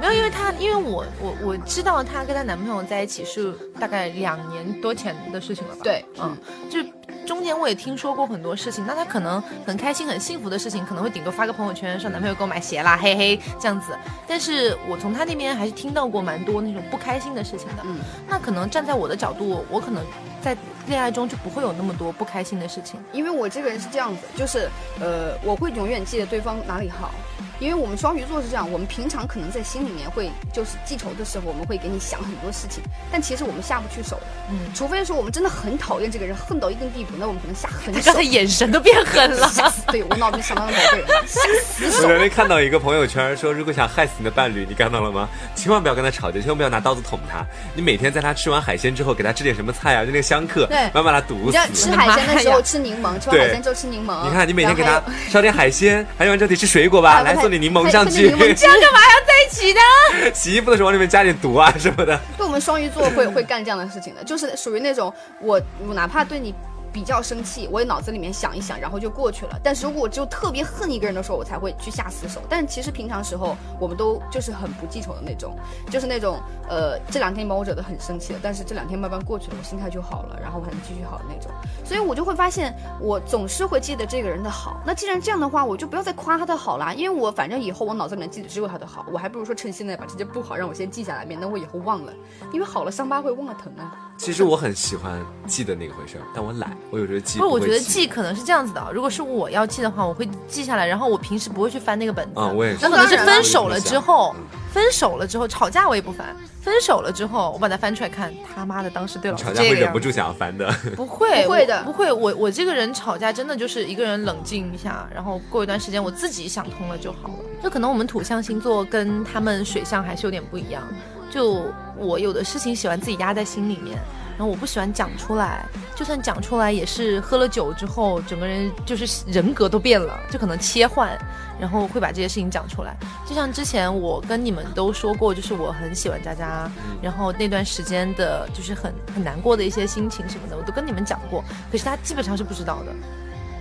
Speaker 2: 没有，因为她，因为我我我知道她跟她男朋友在一起是大概两年多前的事情了吧？
Speaker 3: 对
Speaker 2: 嗯，就中间我也听说过很多事情，那她可能很开心、很幸福的事情，可能会顶多发个朋友圈说男朋友给我买鞋啦，嘿嘿这样子。但是我从她那边还是听到过蛮多那种不开心的事情的。
Speaker 3: 嗯，
Speaker 2: 那可能站在我的角度，我可能在恋爱中就不会有那么多不开心的事情。
Speaker 3: 因为我这个人是这样子，就是呃，我会永远记得对方哪里好。因为我们双鱼座是这样，我们平常可能在心里面会就是记仇的时候，我们会给你想很多事情，但其实我们下不去手的。
Speaker 2: 嗯，
Speaker 3: 除非说我们真的很讨厌这个人，恨到一定地步，那我们可能下 狠
Speaker 2: 她
Speaker 3: 手
Speaker 2: 刚才。眼神都 变狠了。
Speaker 3: 对我脑子想到了某个人，下死
Speaker 4: 我
Speaker 3: 手。
Speaker 4: 昨天看到一个朋友圈说，如果想害死你的伴侣，你看到了吗？千万不要跟他吵架，千万不要拿刀子捅他。你每天在他吃完海鲜之后，给他吃点什么菜啊，就那个香客
Speaker 3: 对，
Speaker 2: 对
Speaker 4: 慢慢把它毒
Speaker 3: 你知道吃
Speaker 4: 死。
Speaker 3: 海鲜的时
Speaker 2: 妈
Speaker 3: 候
Speaker 2: 呀
Speaker 3: 吃柠檬，吃完
Speaker 4: 对
Speaker 3: 海鲜之后吃柠檬。
Speaker 4: 你看，你每天给
Speaker 3: 然
Speaker 4: 它
Speaker 3: 后
Speaker 4: 烧点海鲜，还有完之后得吃水果吧，
Speaker 3: 还有
Speaker 4: 来
Speaker 3: 还有
Speaker 4: 送点柠檬
Speaker 3: 对
Speaker 4: 上
Speaker 3: 送点
Speaker 4: 去
Speaker 3: 柠。檬
Speaker 2: 这干嘛要在一起呢？
Speaker 4: 洗衣服的时候往里面加点毒啊什么的。
Speaker 3: 对我们双鱼座会会干这样的事情的，就是属于那种我我哪怕对你比较生气，我也脑子里面想一想，然后就过去了。但是如果我只有特别恨一个人的时候，我才会去下死手。但是其实平常时候我们都就是很不记仇的那种，就是那种呃这两天把我惹得很生气了，但是这两天慢慢过去了，我心态就好了，然后我还能继续好的那种。所以我就会发现，我总是会记得这个人的好。那既然这样的话，我就不要再夸他的好啦，因为我反正以后我脑子里面记得只有他的好，我还不如说趁现在把这些不好让我先记下来，免得我以后忘了。因为好了，伤疤会忘了疼啊。
Speaker 4: 其实我很喜欢记得那个回事儿，但我懒，我有时候记
Speaker 2: 不是，我
Speaker 4: 会
Speaker 2: 觉得记可能是这样子的啊，如果是我要记的话，我会记下来，然后我平时不会去翻那个本子。
Speaker 4: 嗯我也是
Speaker 2: 那可能是
Speaker 3: 那当然了
Speaker 2: 分手了之后
Speaker 4: 嗯，
Speaker 2: 分手了之后吵架我也不翻，分手了之后我把它翻出来看，他妈的当时对老师
Speaker 4: 吵架
Speaker 2: 这
Speaker 4: 会
Speaker 2: 个
Speaker 4: 忍
Speaker 2: 样
Speaker 4: 不
Speaker 2: 子。
Speaker 4: 住想要 翻的。
Speaker 2: 不会，
Speaker 3: 不会
Speaker 2: 我
Speaker 3: 的
Speaker 2: 不会。我我这个人吵架真的就是一个人冷静一下，然后过一段时间我自己想通了就好了。就可能我们土象星座跟他们水象还是有点不一样。就我有的事情喜欢自己压在心里面，然后我不喜欢讲出来，就算讲出来也是喝了酒之后，整个人就是人格都变了，就可能切换，然后会把这些事情讲出来。就像之前我跟你们都说过，就是我很喜欢渣渣，然后那段时间的就是很很难过的一些心情什么的，我都跟你们讲过，可是他基本上是不知道的。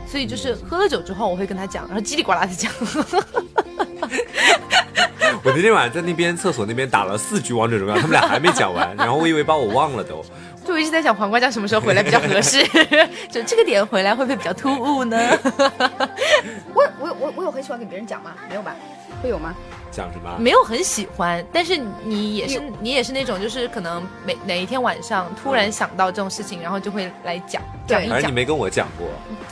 Speaker 2: 所以就是喝了酒之后，我会跟他讲，然后叽里呱啦的讲。
Speaker 4: 我那天晚上在那边厕所那边打了四局王者荣耀，他们俩还没讲完，然后我以为把我忘了都。
Speaker 2: 就我一直在想黄瓜酱什么时候回来比较合适， 就这个点回来会不会比较突兀呢？
Speaker 3: 我我我我有很喜欢给别人讲吗？没有吧？会有吗？
Speaker 4: 讲什么？
Speaker 2: 没有很喜欢，但是你也是你也是那种，就是可能每哪一天晚上突然想到这种事情，然后就会来讲讲
Speaker 3: 对
Speaker 2: 一
Speaker 4: 反正
Speaker 2: 讲
Speaker 4: 哎你。没跟我讲过，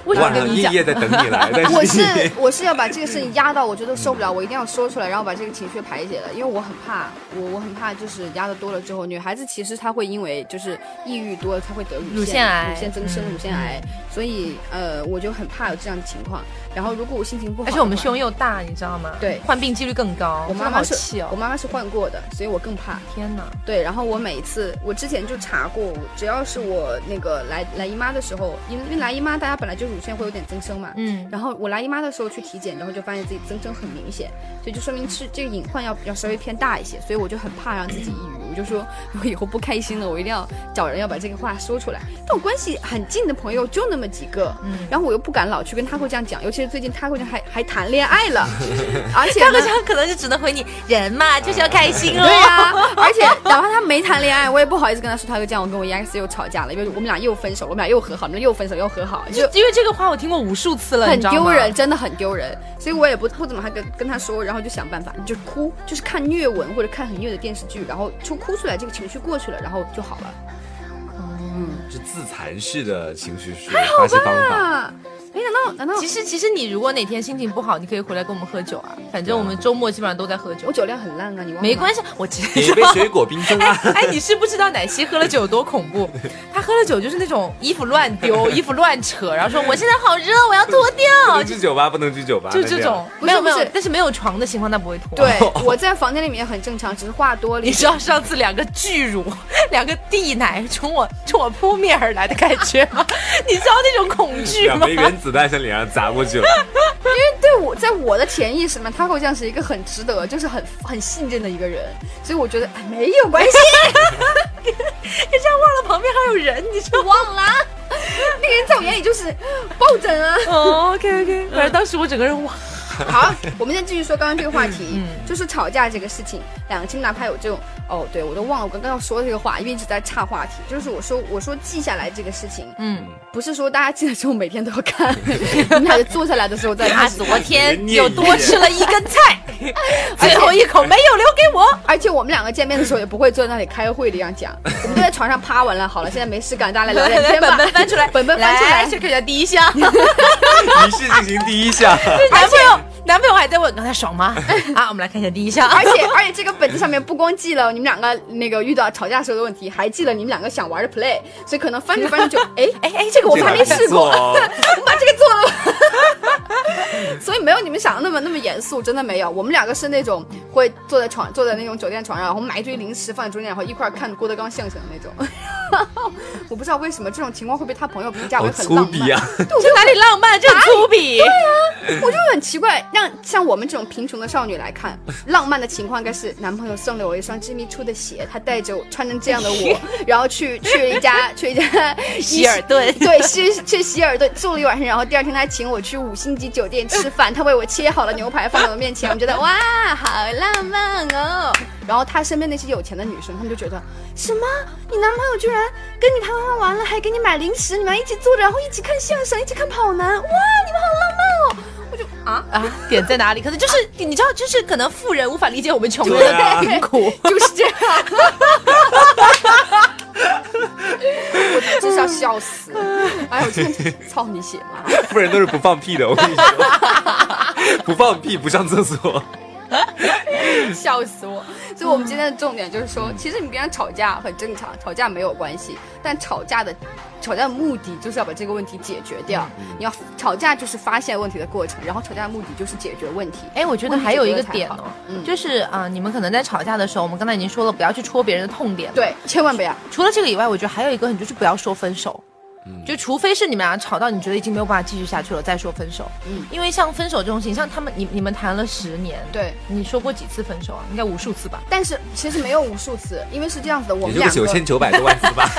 Speaker 2: 为什么
Speaker 4: 晚
Speaker 2: 跟
Speaker 4: 上
Speaker 2: 你
Speaker 4: 夜
Speaker 2: 讲？
Speaker 4: 夜在等你 来，但
Speaker 3: 我
Speaker 4: 是
Speaker 3: 是
Speaker 4: 你
Speaker 3: 我是要把这个事情压到我觉得受不了，我一定要说出来，然后把这个情绪排解了，因为我很怕，我我很怕就是压的多了之后，女孩子其实她会因为就是抑郁多了，她会得乳
Speaker 2: 乳腺癌嗯
Speaker 3: 乳腺增生、乳腺癌，所以呃我就很怕有这样的情况。然后如果我心情不好，
Speaker 2: 而且我们胸。又大，你知道吗？
Speaker 3: 对
Speaker 2: 患病几率更高。
Speaker 3: 我妈
Speaker 2: 真的好
Speaker 3: 妈
Speaker 2: 气
Speaker 3: 是，
Speaker 2: 哦
Speaker 3: 我！妈妈是患过的，所以我更怕。
Speaker 2: 天哪！
Speaker 3: 对，然后我每一次，我之前就查过，只要是我那个来来姨妈的时候，因为因为来姨妈大家本来就乳腺会有点增生嘛，
Speaker 2: 嗯，
Speaker 3: 然后我来姨妈的时候去体检，然后就发现自己增生很明显，所以就说明是这个隐患要要稍微偏大一些，所以我就很怕让自己抑郁，我就说我以后不开心了，我一定要找人要把这个话说出来。但我关系很近的朋友就那么几个，
Speaker 2: 嗯
Speaker 3: 然后我又不敢老去跟他会这样讲，尤其是最近他会这样还还谈恋爱 了，而且
Speaker 2: 大
Speaker 3: 呢
Speaker 2: 哥。酱可能就只能回你 人嘛，就是要开心
Speaker 3: 对
Speaker 2: 哦。
Speaker 3: 呀、 而且哪怕他没谈恋爱，我也不好意思跟他说他又这样，我跟我 EX 又吵架了，因为我们俩又分手了，我们俩又和好，我们又分手又和好， 就
Speaker 2: 就因为这个话我听过无数次了，
Speaker 3: 很
Speaker 2: 你知道吗
Speaker 3: 丢人，。真的很丢人。所以我也不不怎么还跟跟他说，然后就想办法，你就哭，就是看虐文或者看很虐的电视剧，然后就哭出来，这个情绪过去了，然后就好了。
Speaker 4: 是自残式的情绪 是发泄方法。
Speaker 3: 啊，没想到，难道
Speaker 2: 其实，其实你如果哪天心情不好，你可以回来跟我们喝酒 啊。反正我们周末基本上都在喝酒
Speaker 3: 我，酒量很烂啊？你忘了
Speaker 2: 没关
Speaker 3: 系，
Speaker 2: 系，我知
Speaker 4: 点一杯
Speaker 2: 道。
Speaker 4: 水果冰镇啊！
Speaker 2: 哎，你是不知道奶昔喝了酒有多恐怖。他喝了酒就是那种衣服乱丢、衣服乱扯，然后说我现在好热，我要脱
Speaker 4: 不
Speaker 2: 掉，
Speaker 4: 能
Speaker 2: 就
Speaker 4: 去酒吧，不能去酒吧，
Speaker 2: 就
Speaker 4: 那
Speaker 2: 这
Speaker 4: 样
Speaker 2: 种。
Speaker 3: 不是
Speaker 2: 没有没
Speaker 3: 不
Speaker 2: 有
Speaker 3: 是，
Speaker 2: 但是没有床的情况他不会脱。
Speaker 3: 对，我在房间里面很正常，只是话多了
Speaker 2: 你
Speaker 3: 一
Speaker 2: 知
Speaker 3: 点。
Speaker 2: 道上次两个巨乳、两个地奶冲我冲我扑面而来的感觉吗？你知道那种恐惧
Speaker 4: 两
Speaker 2: 吗
Speaker 4: 枚？原子弹向脸上砸 过去了，
Speaker 3: 对我，在我的潜意识里面，他好像是一个很值得，就是很很信任的一个人，所以我觉得哎没有关系，
Speaker 2: 你这样忘了旁边还有人，你知道吗？
Speaker 3: 忘了啊，那个人在我眼里就是抱枕 啊。
Speaker 2: 哦，OK OK，反正当时我整个人哇，
Speaker 3: 好，我们先继续说刚刚这个话题，
Speaker 2: 嗯
Speaker 3: 就是吵架这个事情。两个亲哪怕有这种，哦，对我都忘了我刚刚要说这个话，因为一直在岔话题。就是我说我说记下来这个事情，
Speaker 2: 嗯，
Speaker 3: 不是说大家记得之后每天都要 看，你们俩就坐下来的时候再
Speaker 2: 他
Speaker 3: 开始。
Speaker 2: 哎昨
Speaker 4: 你
Speaker 2: 天
Speaker 4: 念一
Speaker 2: 又多
Speaker 4: 遍
Speaker 2: 吃了一根 菜，最后一口没有留给我。
Speaker 3: 而且我们两个见面的时候也不会坐在那里开会的样讲，我们都在床上趴完了。好了，现在没事干，大家来聊聊天吧。
Speaker 2: 本本翻出来，
Speaker 3: 本本翻出来。
Speaker 2: 这个叫第一项。
Speaker 4: 仪式进行第一项。
Speaker 2: 男朋友，男朋友还在问刚才爽吗？ 啊，我们来看一下第一项。
Speaker 3: 而且而且这个本子上面不光记了你们两个那个遇到吵架时候的问题，还记了你们两个想玩的 play，所以可能翻着翻着就哎哎哎，这个我
Speaker 4: 这
Speaker 3: 们
Speaker 4: 个
Speaker 3: 还没
Speaker 4: 还不
Speaker 3: 试过，
Speaker 4: 错哦
Speaker 3: 我们把这个做了吧，所以没有你们想的那么那么严肃，真的没有。我们两个是那种会坐在床坐在那种酒店床上，然后买一堆零食放在中间，然后一块儿看郭德纲相声的那种。我不知道为什么这种情况会被他朋友评价为
Speaker 4: 好
Speaker 3: 很
Speaker 4: 粗
Speaker 3: 浪
Speaker 4: 鄙
Speaker 3: 漫。
Speaker 4: 啊！
Speaker 2: 这哪里浪漫？这粗鄙！
Speaker 3: 我就很奇怪，让像我们这种贫穷的少女来看，浪漫的情况应该是男朋友送了我一双织密处的鞋，他带着我穿成这样的我，然后去去一家去一家
Speaker 2: 希尔 顿
Speaker 3: 对，去去希尔顿住了一晚上，然后第二天他请我去五星级酒店吃饭，他为我切好了牛排放到我面前，我觉得哇，好浪漫哦。然后他身边那些有钱的女生，她们就觉得什么，你男朋友居然跟你拍完完完了，还给你买零食，你们还一起坐着，然后一起看相声，一起看跑男，哇，你们好浪漫哦。我就啊。
Speaker 2: 啊，点在哪里？可能就是你知道，就是可能富人无法理解我们穷人
Speaker 4: 对啊
Speaker 2: 的贫苦。
Speaker 3: 就是这样。我真是要笑死！哎，我真的操你血 嘛！
Speaker 4: 富人都是不放屁的，我跟你说，不放屁不上厕所。
Speaker 3: 笑死我！所以，我们今天的重点就是说，其实你跟人吵架很正常，吵架没有关系，但吵架的吵架的目的就是要把这个问题解决掉。
Speaker 4: 嗯
Speaker 3: 你要吵架就是发现问题的过程，然后吵架的目的就是解决问题。
Speaker 2: 哎，我觉得还有一个点
Speaker 3: 问题解决了才
Speaker 2: 哦
Speaker 3: 好，嗯
Speaker 2: 就是啊、你们可能在吵架的时候，我们刚才已经说了，不要去戳别人的痛点。，
Speaker 3: 对，千万不要。
Speaker 2: 除了这个以外，我觉得还有一个很就是不要说分手。
Speaker 4: 嗯
Speaker 2: 就除非是你们俩吵到你觉得已经没有办法继续下去了，再说分手。
Speaker 3: 嗯
Speaker 2: 因为像分手这种事情，像他们你你们谈了十年，
Speaker 3: 对
Speaker 2: 你说过几次分手啊？应该无数次吧。
Speaker 3: 但是其实没有无数次，因为是这样子的，我
Speaker 4: 也
Speaker 3: 们
Speaker 4: 就
Speaker 3: 两
Speaker 4: 个
Speaker 3: 个
Speaker 4: 九千九百多万次吧。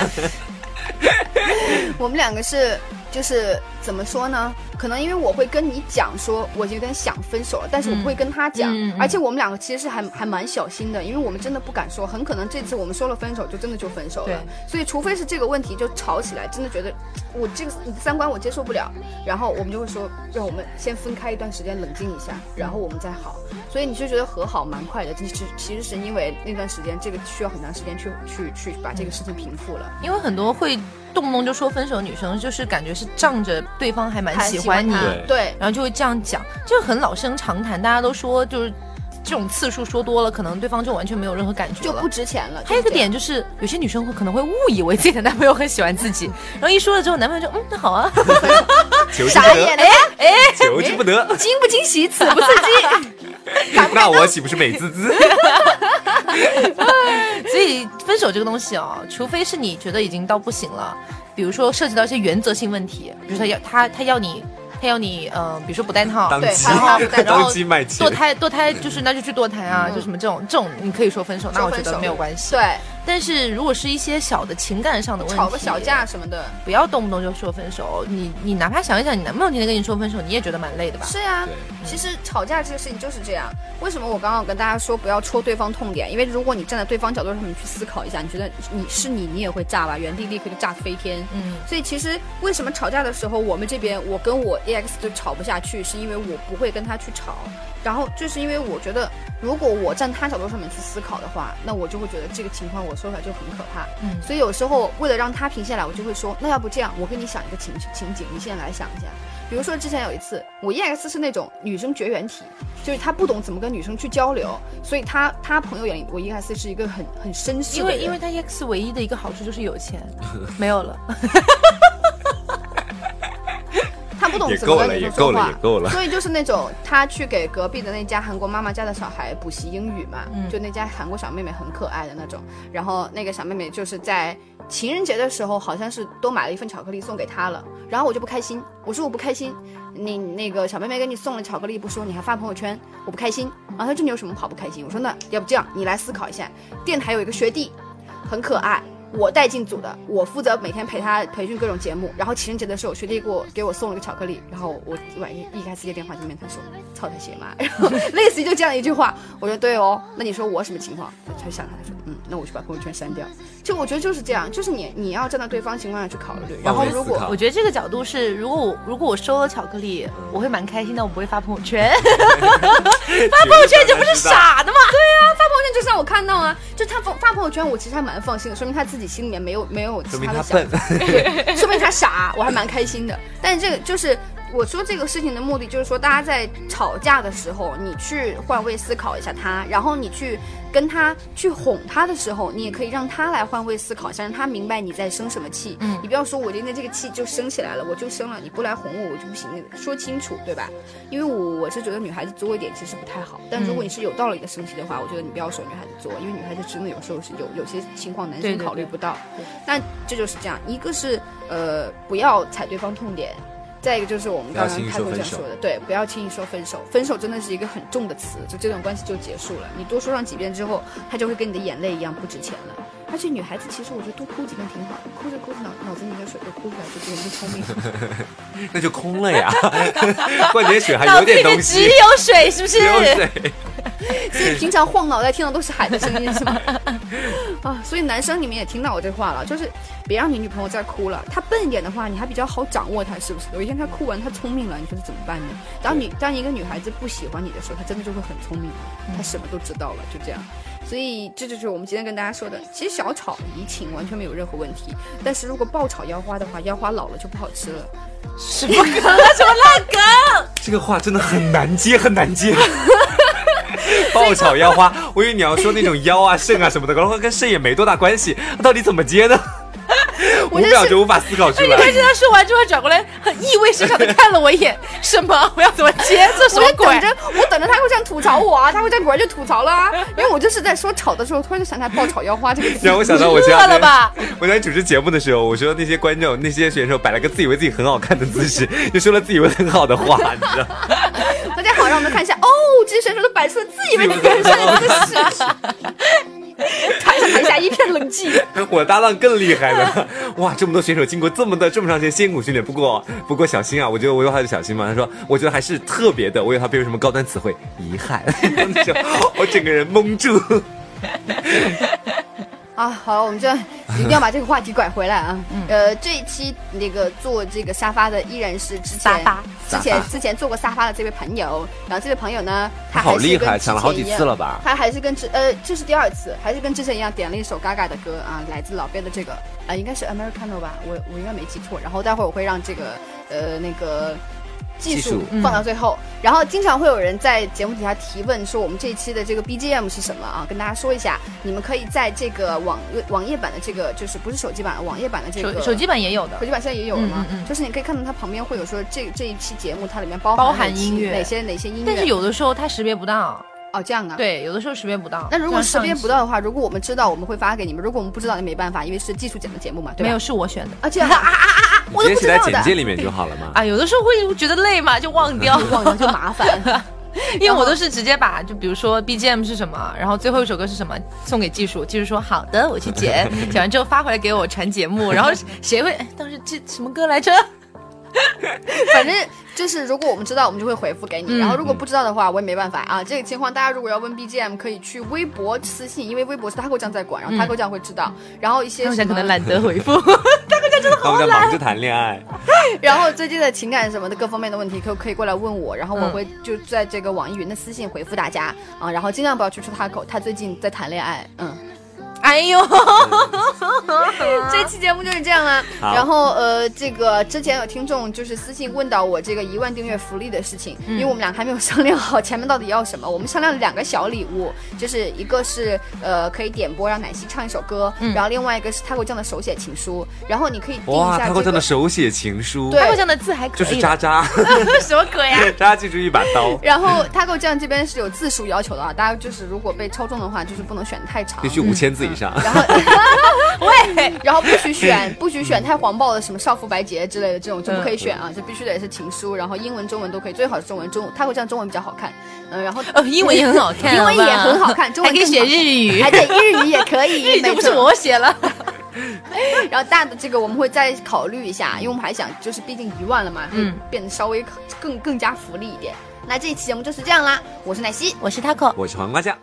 Speaker 3: 我们两个是就是怎么说呢？可能因为我会跟你讲说我有点想分手了，但是我不会跟他讲，
Speaker 2: 嗯嗯嗯
Speaker 3: 而且我们两个其实是还还蛮小心的，因为我们真的不敢说，很可能这次我们说了分手就真的就分手
Speaker 2: 对
Speaker 3: 了。所以除非是这个问题就吵起来，真的觉得我这个你的三观我接受不了，然后我们就会说让我们先分开一段时间冷静一下，
Speaker 2: 嗯
Speaker 3: 然后我们再好。所以你就觉得和好蛮快的，其实其实是因为那段时间这个需要很长时间去去去把这个事情平复了。
Speaker 2: 因为很多会动不动就说分手的女生，就是感觉是仗着对方还蛮
Speaker 3: 还
Speaker 2: 喜欢你，
Speaker 3: 他
Speaker 4: 对
Speaker 3: 对，
Speaker 2: 然后就会这样讲，就是很老生常谈。大家都说就是这种次数说多了，可能对方就完全没有任何感觉
Speaker 3: 就
Speaker 2: 了
Speaker 3: 不。值钱了。
Speaker 2: 还有一
Speaker 3: 就是这
Speaker 2: 个
Speaker 3: 样
Speaker 2: 点就是，有些女生会可能会误以为自己的男朋友很喜欢自己，然后一说了之后，男朋友就嗯，那好 啊，
Speaker 4: 求之不
Speaker 3: 傻眼
Speaker 4: 得，
Speaker 3: 了
Speaker 2: 哎
Speaker 3: 呀，
Speaker 4: 求之不得。
Speaker 3: 惊不惊喜，刺不刺激？
Speaker 4: 那我岂不是美滋滋？
Speaker 2: 所以分手这个东西哦，除非是你觉得已经到不行了，比如说涉及到一些原则性问题，比如说他要他他要你他要你嗯、呃比如说不戴套，
Speaker 4: 当
Speaker 3: 对
Speaker 4: 机
Speaker 3: 然后
Speaker 2: 然
Speaker 4: 当
Speaker 2: 后
Speaker 4: 机卖嗯
Speaker 2: 堕
Speaker 4: 钱。
Speaker 2: 胎堕胎就是那就去堕胎啊，就什么这种这种你可以说分手，那我觉
Speaker 3: 说分
Speaker 2: 得
Speaker 3: 手
Speaker 2: 没有关系。
Speaker 3: 对，
Speaker 2: 但是如果是一些小的情感上的问题，
Speaker 3: 吵个小架，什么的。
Speaker 2: 不要动不动就说分手。你你哪怕想一想，你男朋友天天跟你说分手，你也觉得蛮累的吧？
Speaker 3: 是啊
Speaker 4: 对，
Speaker 3: 其实吵架这个事情就是这样。为什么我刚刚有跟大家说不要戳对方痛点？因为如果你站在对方角度上，你去思考一下，你觉得你是你，你也会炸吧，原地立刻就炸飞天。
Speaker 2: 嗯，
Speaker 3: 所以其实为什么吵架的时候，我们这边我跟我 EX 就吵不下去，是因为我不会跟他去吵。然后就是因为我觉得，如果我站他角度上面去思考的话，那我就会觉得这个情况我说出来就很可怕。
Speaker 2: 嗯
Speaker 3: 所以有时候为了让他停下来，我就会说，那要不这样，我跟你想一个情情景，你现在来想一下。比如说之前有一次，我 EX 是那种女生绝缘体，就是他不懂怎么跟女生去交流，所以他他朋友眼里我 EX 是一个很很绅士
Speaker 2: 因
Speaker 3: 的
Speaker 2: 为
Speaker 3: 人，
Speaker 2: 因为他 EX 唯一的一个好处就是有 钱，没有了。
Speaker 3: 他不懂
Speaker 4: 也
Speaker 3: 怎么
Speaker 4: 够
Speaker 3: 跟
Speaker 4: 了
Speaker 3: 女生
Speaker 4: 也
Speaker 3: 说
Speaker 4: 够了
Speaker 3: 话，
Speaker 4: 也够了
Speaker 3: 所以就是那种他去给隔壁的那家韩国妈妈家的小孩补习英语嘛，就嗯那家韩国小妹妹很可爱的那种。然后那个小妹妹就是在情人节的时候，好像是多买了一份巧克力送给她了。然后我就不开心，我说我不开心，你那个小妹妹给你送了巧克力不说，你还发朋友圈，我不开心。然后她说你有什么好不开心？我说那要不这样，你来思考一下，电台有一个学弟，很可爱。我带进组的，我负责每天陪他培训各种节目。然后情人节的时候，学弟给我给我送了个巧克力，然后我晚上一开始接电话就面他说操他鞋妈， 然后类似于就这样一句话。我说对哦，那你说我什么情况？他就想他说嗯，那我去把朋友圈删掉。就我觉得就是这样，就是你你要站在对方情况下去考虑。然后
Speaker 4: 换位
Speaker 3: 如
Speaker 4: 思
Speaker 3: 果
Speaker 4: 考
Speaker 2: 我觉得这个角度是，如果我如果我收了巧克力，
Speaker 3: 嗯
Speaker 2: 我会蛮开心的，我不会发朋友 圈。
Speaker 4: 发朋友圈
Speaker 2: 这不是？傻的吗？
Speaker 3: 发朋友圈就是让我看到啊，就他发发朋友圈，我其实还蛮放心的，说明他自己心里面没有没有其
Speaker 4: 说明
Speaker 3: 他
Speaker 4: 他
Speaker 3: 的想
Speaker 4: 笨，
Speaker 3: 说明他傻，我还蛮开心的。但是这个就是我说这个事情的目的就是说，大家在吵架的时候，你去换位思考一下他，然后你去跟他去哄他的时候，你也可以让他来换位思考一下，让他明白你在生什么气。嗯，你不要说我今天这个气就生起来了，我就生了，你不来哄我，我就不行。说清楚，对吧？因为我我是觉得女孩子作一点其实不太
Speaker 2: 嗯
Speaker 3: 好，但如果你是有道理的生气的话，我觉得你不要说女孩子作，因为女孩子真的有时候是有有些情况男
Speaker 2: 对
Speaker 3: 生
Speaker 2: 对
Speaker 3: 考虑
Speaker 2: 对
Speaker 3: 不到。那这就是这样，一个是呃不要踩对方痛点，再一个就是我们刚刚开头讲说的，对，不要轻易说分手，分手真的是一个很重的词，就这段关系就结束了。你多说上几遍之后，它就会跟你的眼泪一样不值钱了。而且女孩子其实我觉得多哭几遍挺好的，哭着哭着脑脑子里的水都哭出来，就觉得你聪明。
Speaker 4: 那就空了呀。 灌点水还
Speaker 2: 脑
Speaker 4: 有
Speaker 2: 子里
Speaker 4: 点
Speaker 2: 面
Speaker 4: 东
Speaker 2: 只
Speaker 4: 西，
Speaker 2: 有水，是不是
Speaker 4: 只？有水。
Speaker 3: 所以平常晃脑袋听到都是海的声音，是吗？ 啊，所以男生你们也听到我这话了，就是别让你女朋友再哭了。她笨一点的话，你还比较好掌握她，是不是？有一天她哭完，她聪明了，你说是怎么办呢？当你当一个女孩子不喜欢你的时候，她真的就会很聪明，她什么都知道了，就这样。所以这就是我们今天跟大家说的，其实小炒怡情完全没有任何问题，但是如果爆炒腰花的话，腰花老了就不好吃了。
Speaker 2: 什么梗？什么烂梗？
Speaker 4: 这个话真的很难接，很难接。 爆炒腰花，我以为你要说那种腰啊、肾啊什么的，然后跟肾也没多大关系，到底怎么接 呢？五
Speaker 2: 真是
Speaker 4: 秒就无法思考出来。
Speaker 2: 关键他说完之后转过来，很意味深长的看了我一眼，什么？我要怎么接？这什
Speaker 3: 我
Speaker 2: 么
Speaker 3: 在
Speaker 2: 鬼？
Speaker 3: 等着，我等着他会这样吐槽我啊，他 会这样果然就吐槽了啊，因为我就是在说炒的时候，突然就想起来爆炒腰花这个词。
Speaker 4: 让我想到我前
Speaker 2: 饿
Speaker 4: 两
Speaker 2: 了
Speaker 4: 天，
Speaker 2: 吧？
Speaker 4: 我在主持节目的时候，我说那些观众、那些选手摆了个自以为自己很好看的姿势，又说了自以为很好的话，你知道？
Speaker 3: 大家好，让我们看一下哦，这些选手都摆出了自以为自己很帅的姿 势。台上台下一片冷寂，
Speaker 4: 我搭档更厉害了，哇！这么多选手经过这么的这么长时间艰苦训练，不过不过小新啊，我觉得我有他的小新嘛，他说我觉得还是特别的，我有他没有什么高端词汇，遗憾， 那种我整个人蒙住。
Speaker 3: 啊，好了，我们就一定要把这个话题拐回来啊。
Speaker 2: 嗯
Speaker 3: 呃，这一期那个做这个沙发的依然是之前
Speaker 2: 沙发
Speaker 3: 之前
Speaker 4: 沙发
Speaker 3: 之前做过沙发的这位朋友，然后这位朋友呢，他
Speaker 4: 好
Speaker 3: 还是
Speaker 4: 厉
Speaker 3: 跟
Speaker 4: 害
Speaker 3: 之
Speaker 4: 抢了
Speaker 3: 前
Speaker 4: 好几
Speaker 3: 一样
Speaker 4: 次了吧
Speaker 3: 他还是跟之呃，这是第二次，还是跟之前一样点了一首 Gaga 的歌啊，来自老贝的这个呃，应该是 Americano 吧，我我应该没记错。然后待会儿我会让这个呃那个。技
Speaker 4: 技
Speaker 3: 术
Speaker 4: 术
Speaker 2: 嗯
Speaker 3: 放到最后，然后经常会有人在节目底下提问说我们这一期的这个 BGM 是什么啊？跟大家说一下，你们可以在这个网网页版的这个就是不是手机版，网页版的这个
Speaker 2: 手手机版也有的
Speaker 3: 手，机版现在也有了吗？
Speaker 2: 嗯嗯嗯
Speaker 3: 就是你可以看到它旁边会有说这这一期节目它里面包
Speaker 2: 包
Speaker 3: 含
Speaker 2: 含
Speaker 3: 哪些
Speaker 2: 音乐
Speaker 3: 哪些哪些音乐，
Speaker 2: 但是有的时候它识别不到。
Speaker 3: 哦这样啊。。
Speaker 2: 对，有的时候识别不到。
Speaker 3: 那如果识别不
Speaker 2: 到，
Speaker 3: 到的话，如果我们知道，我们会发给你们；如果我们不知道，也没办法，因为是技术剪的节目嘛，对吧？
Speaker 2: 没有是我选的
Speaker 3: 啊，这样啊啊啊啊啊！我都
Speaker 4: 直接
Speaker 3: 不知
Speaker 4: 写在
Speaker 3: 道
Speaker 4: 简介
Speaker 3: 的，
Speaker 4: 里面就好了嘛。
Speaker 2: 啊，有的时候会觉得累嘛，就忘掉。
Speaker 3: 嗯 忘了就麻烦。
Speaker 2: 因为我都是直接把，就比如说 BGM 是什么，然后最后一首歌是什么，送给技术，技术说好的，我去 剪，剪完之后发回来给我传节目，然后谁会哎当时这什么歌来着？
Speaker 3: 反正就是，如果我们知道，我们就会回复给你；
Speaker 2: 嗯
Speaker 3: 然后如果不知道的话，我也没办法啊。这个情况，大家如果要问 BGM，可以去微博私信，因为微博是 Taco 酱在管，然后 Taco 酱会知道。然后一些
Speaker 2: 嗯他们
Speaker 3: 什
Speaker 2: 想可能
Speaker 3: 么，
Speaker 2: 懒 得回复，
Speaker 4: 他们在忙着谈恋爱，
Speaker 3: 然后最近的情感什么的各方面的问题，可可以过来问我，然后我会
Speaker 2: 嗯
Speaker 3: 就在这个网易云的私信回复大家啊。然后尽量不要去出 Taco，他最近在谈恋爱，嗯。
Speaker 2: 哎呦，
Speaker 3: 这期节目就是这样啦。
Speaker 4: 啊好
Speaker 3: 然后呃，这个之前有听众就是私信问到我这个一万订阅福利的事情，
Speaker 4: 嗯
Speaker 3: 因为我们俩还没有商量好前面到底要什么。我们商量了两个小礼物，就是一个是呃可以点播让奶昔唱一首歌，
Speaker 4: 嗯
Speaker 3: 然后另外一个是 taco 酱的手写情书。然后你可以定一
Speaker 4: 哇！
Speaker 3: 下
Speaker 4: 他给
Speaker 3: 这
Speaker 4: 我
Speaker 3: 个
Speaker 4: 的。手写情书，
Speaker 3: 对
Speaker 2: 他们讲的字还可
Speaker 4: 就是
Speaker 2: 以，
Speaker 4: 渣渣，
Speaker 2: 什么 鬼啊？
Speaker 4: 渣渣记住一把刀，
Speaker 3: 然后 taco 酱这边是有字数要求的啊，大家就是如果被抽中的话，就是不能选太长
Speaker 4: 必。须五千字以上。
Speaker 3: 然后，
Speaker 2: 喂，
Speaker 3: 然后不许
Speaker 2: 嗯
Speaker 3: 选，不许选太黄暴的，什么少妇白洁之类的这种就不可以选啊，就必须得是情书，然后英文、中文都可以，最好是中文，中他会这样中文比较好看，嗯，然后
Speaker 2: 哦，英文也很好看，
Speaker 3: 英文也
Speaker 2: 好吧
Speaker 3: 很好 看中文
Speaker 2: 还可以
Speaker 3: 更
Speaker 2: 写
Speaker 3: 好
Speaker 2: 日语
Speaker 3: 还，得哎日语也可 以，
Speaker 2: 日语就
Speaker 3: 没
Speaker 2: 不是
Speaker 3: 错
Speaker 2: 我写了，
Speaker 3: 然后大的这个我们会再考虑一下，因为我们还想就是毕竟一万了嘛，会
Speaker 2: 嗯
Speaker 3: 变得稍微更更加福利一点。那这一期节目就是这样啦，我是奶昔，
Speaker 2: 我是 taco。
Speaker 4: 我是黄瓜酱。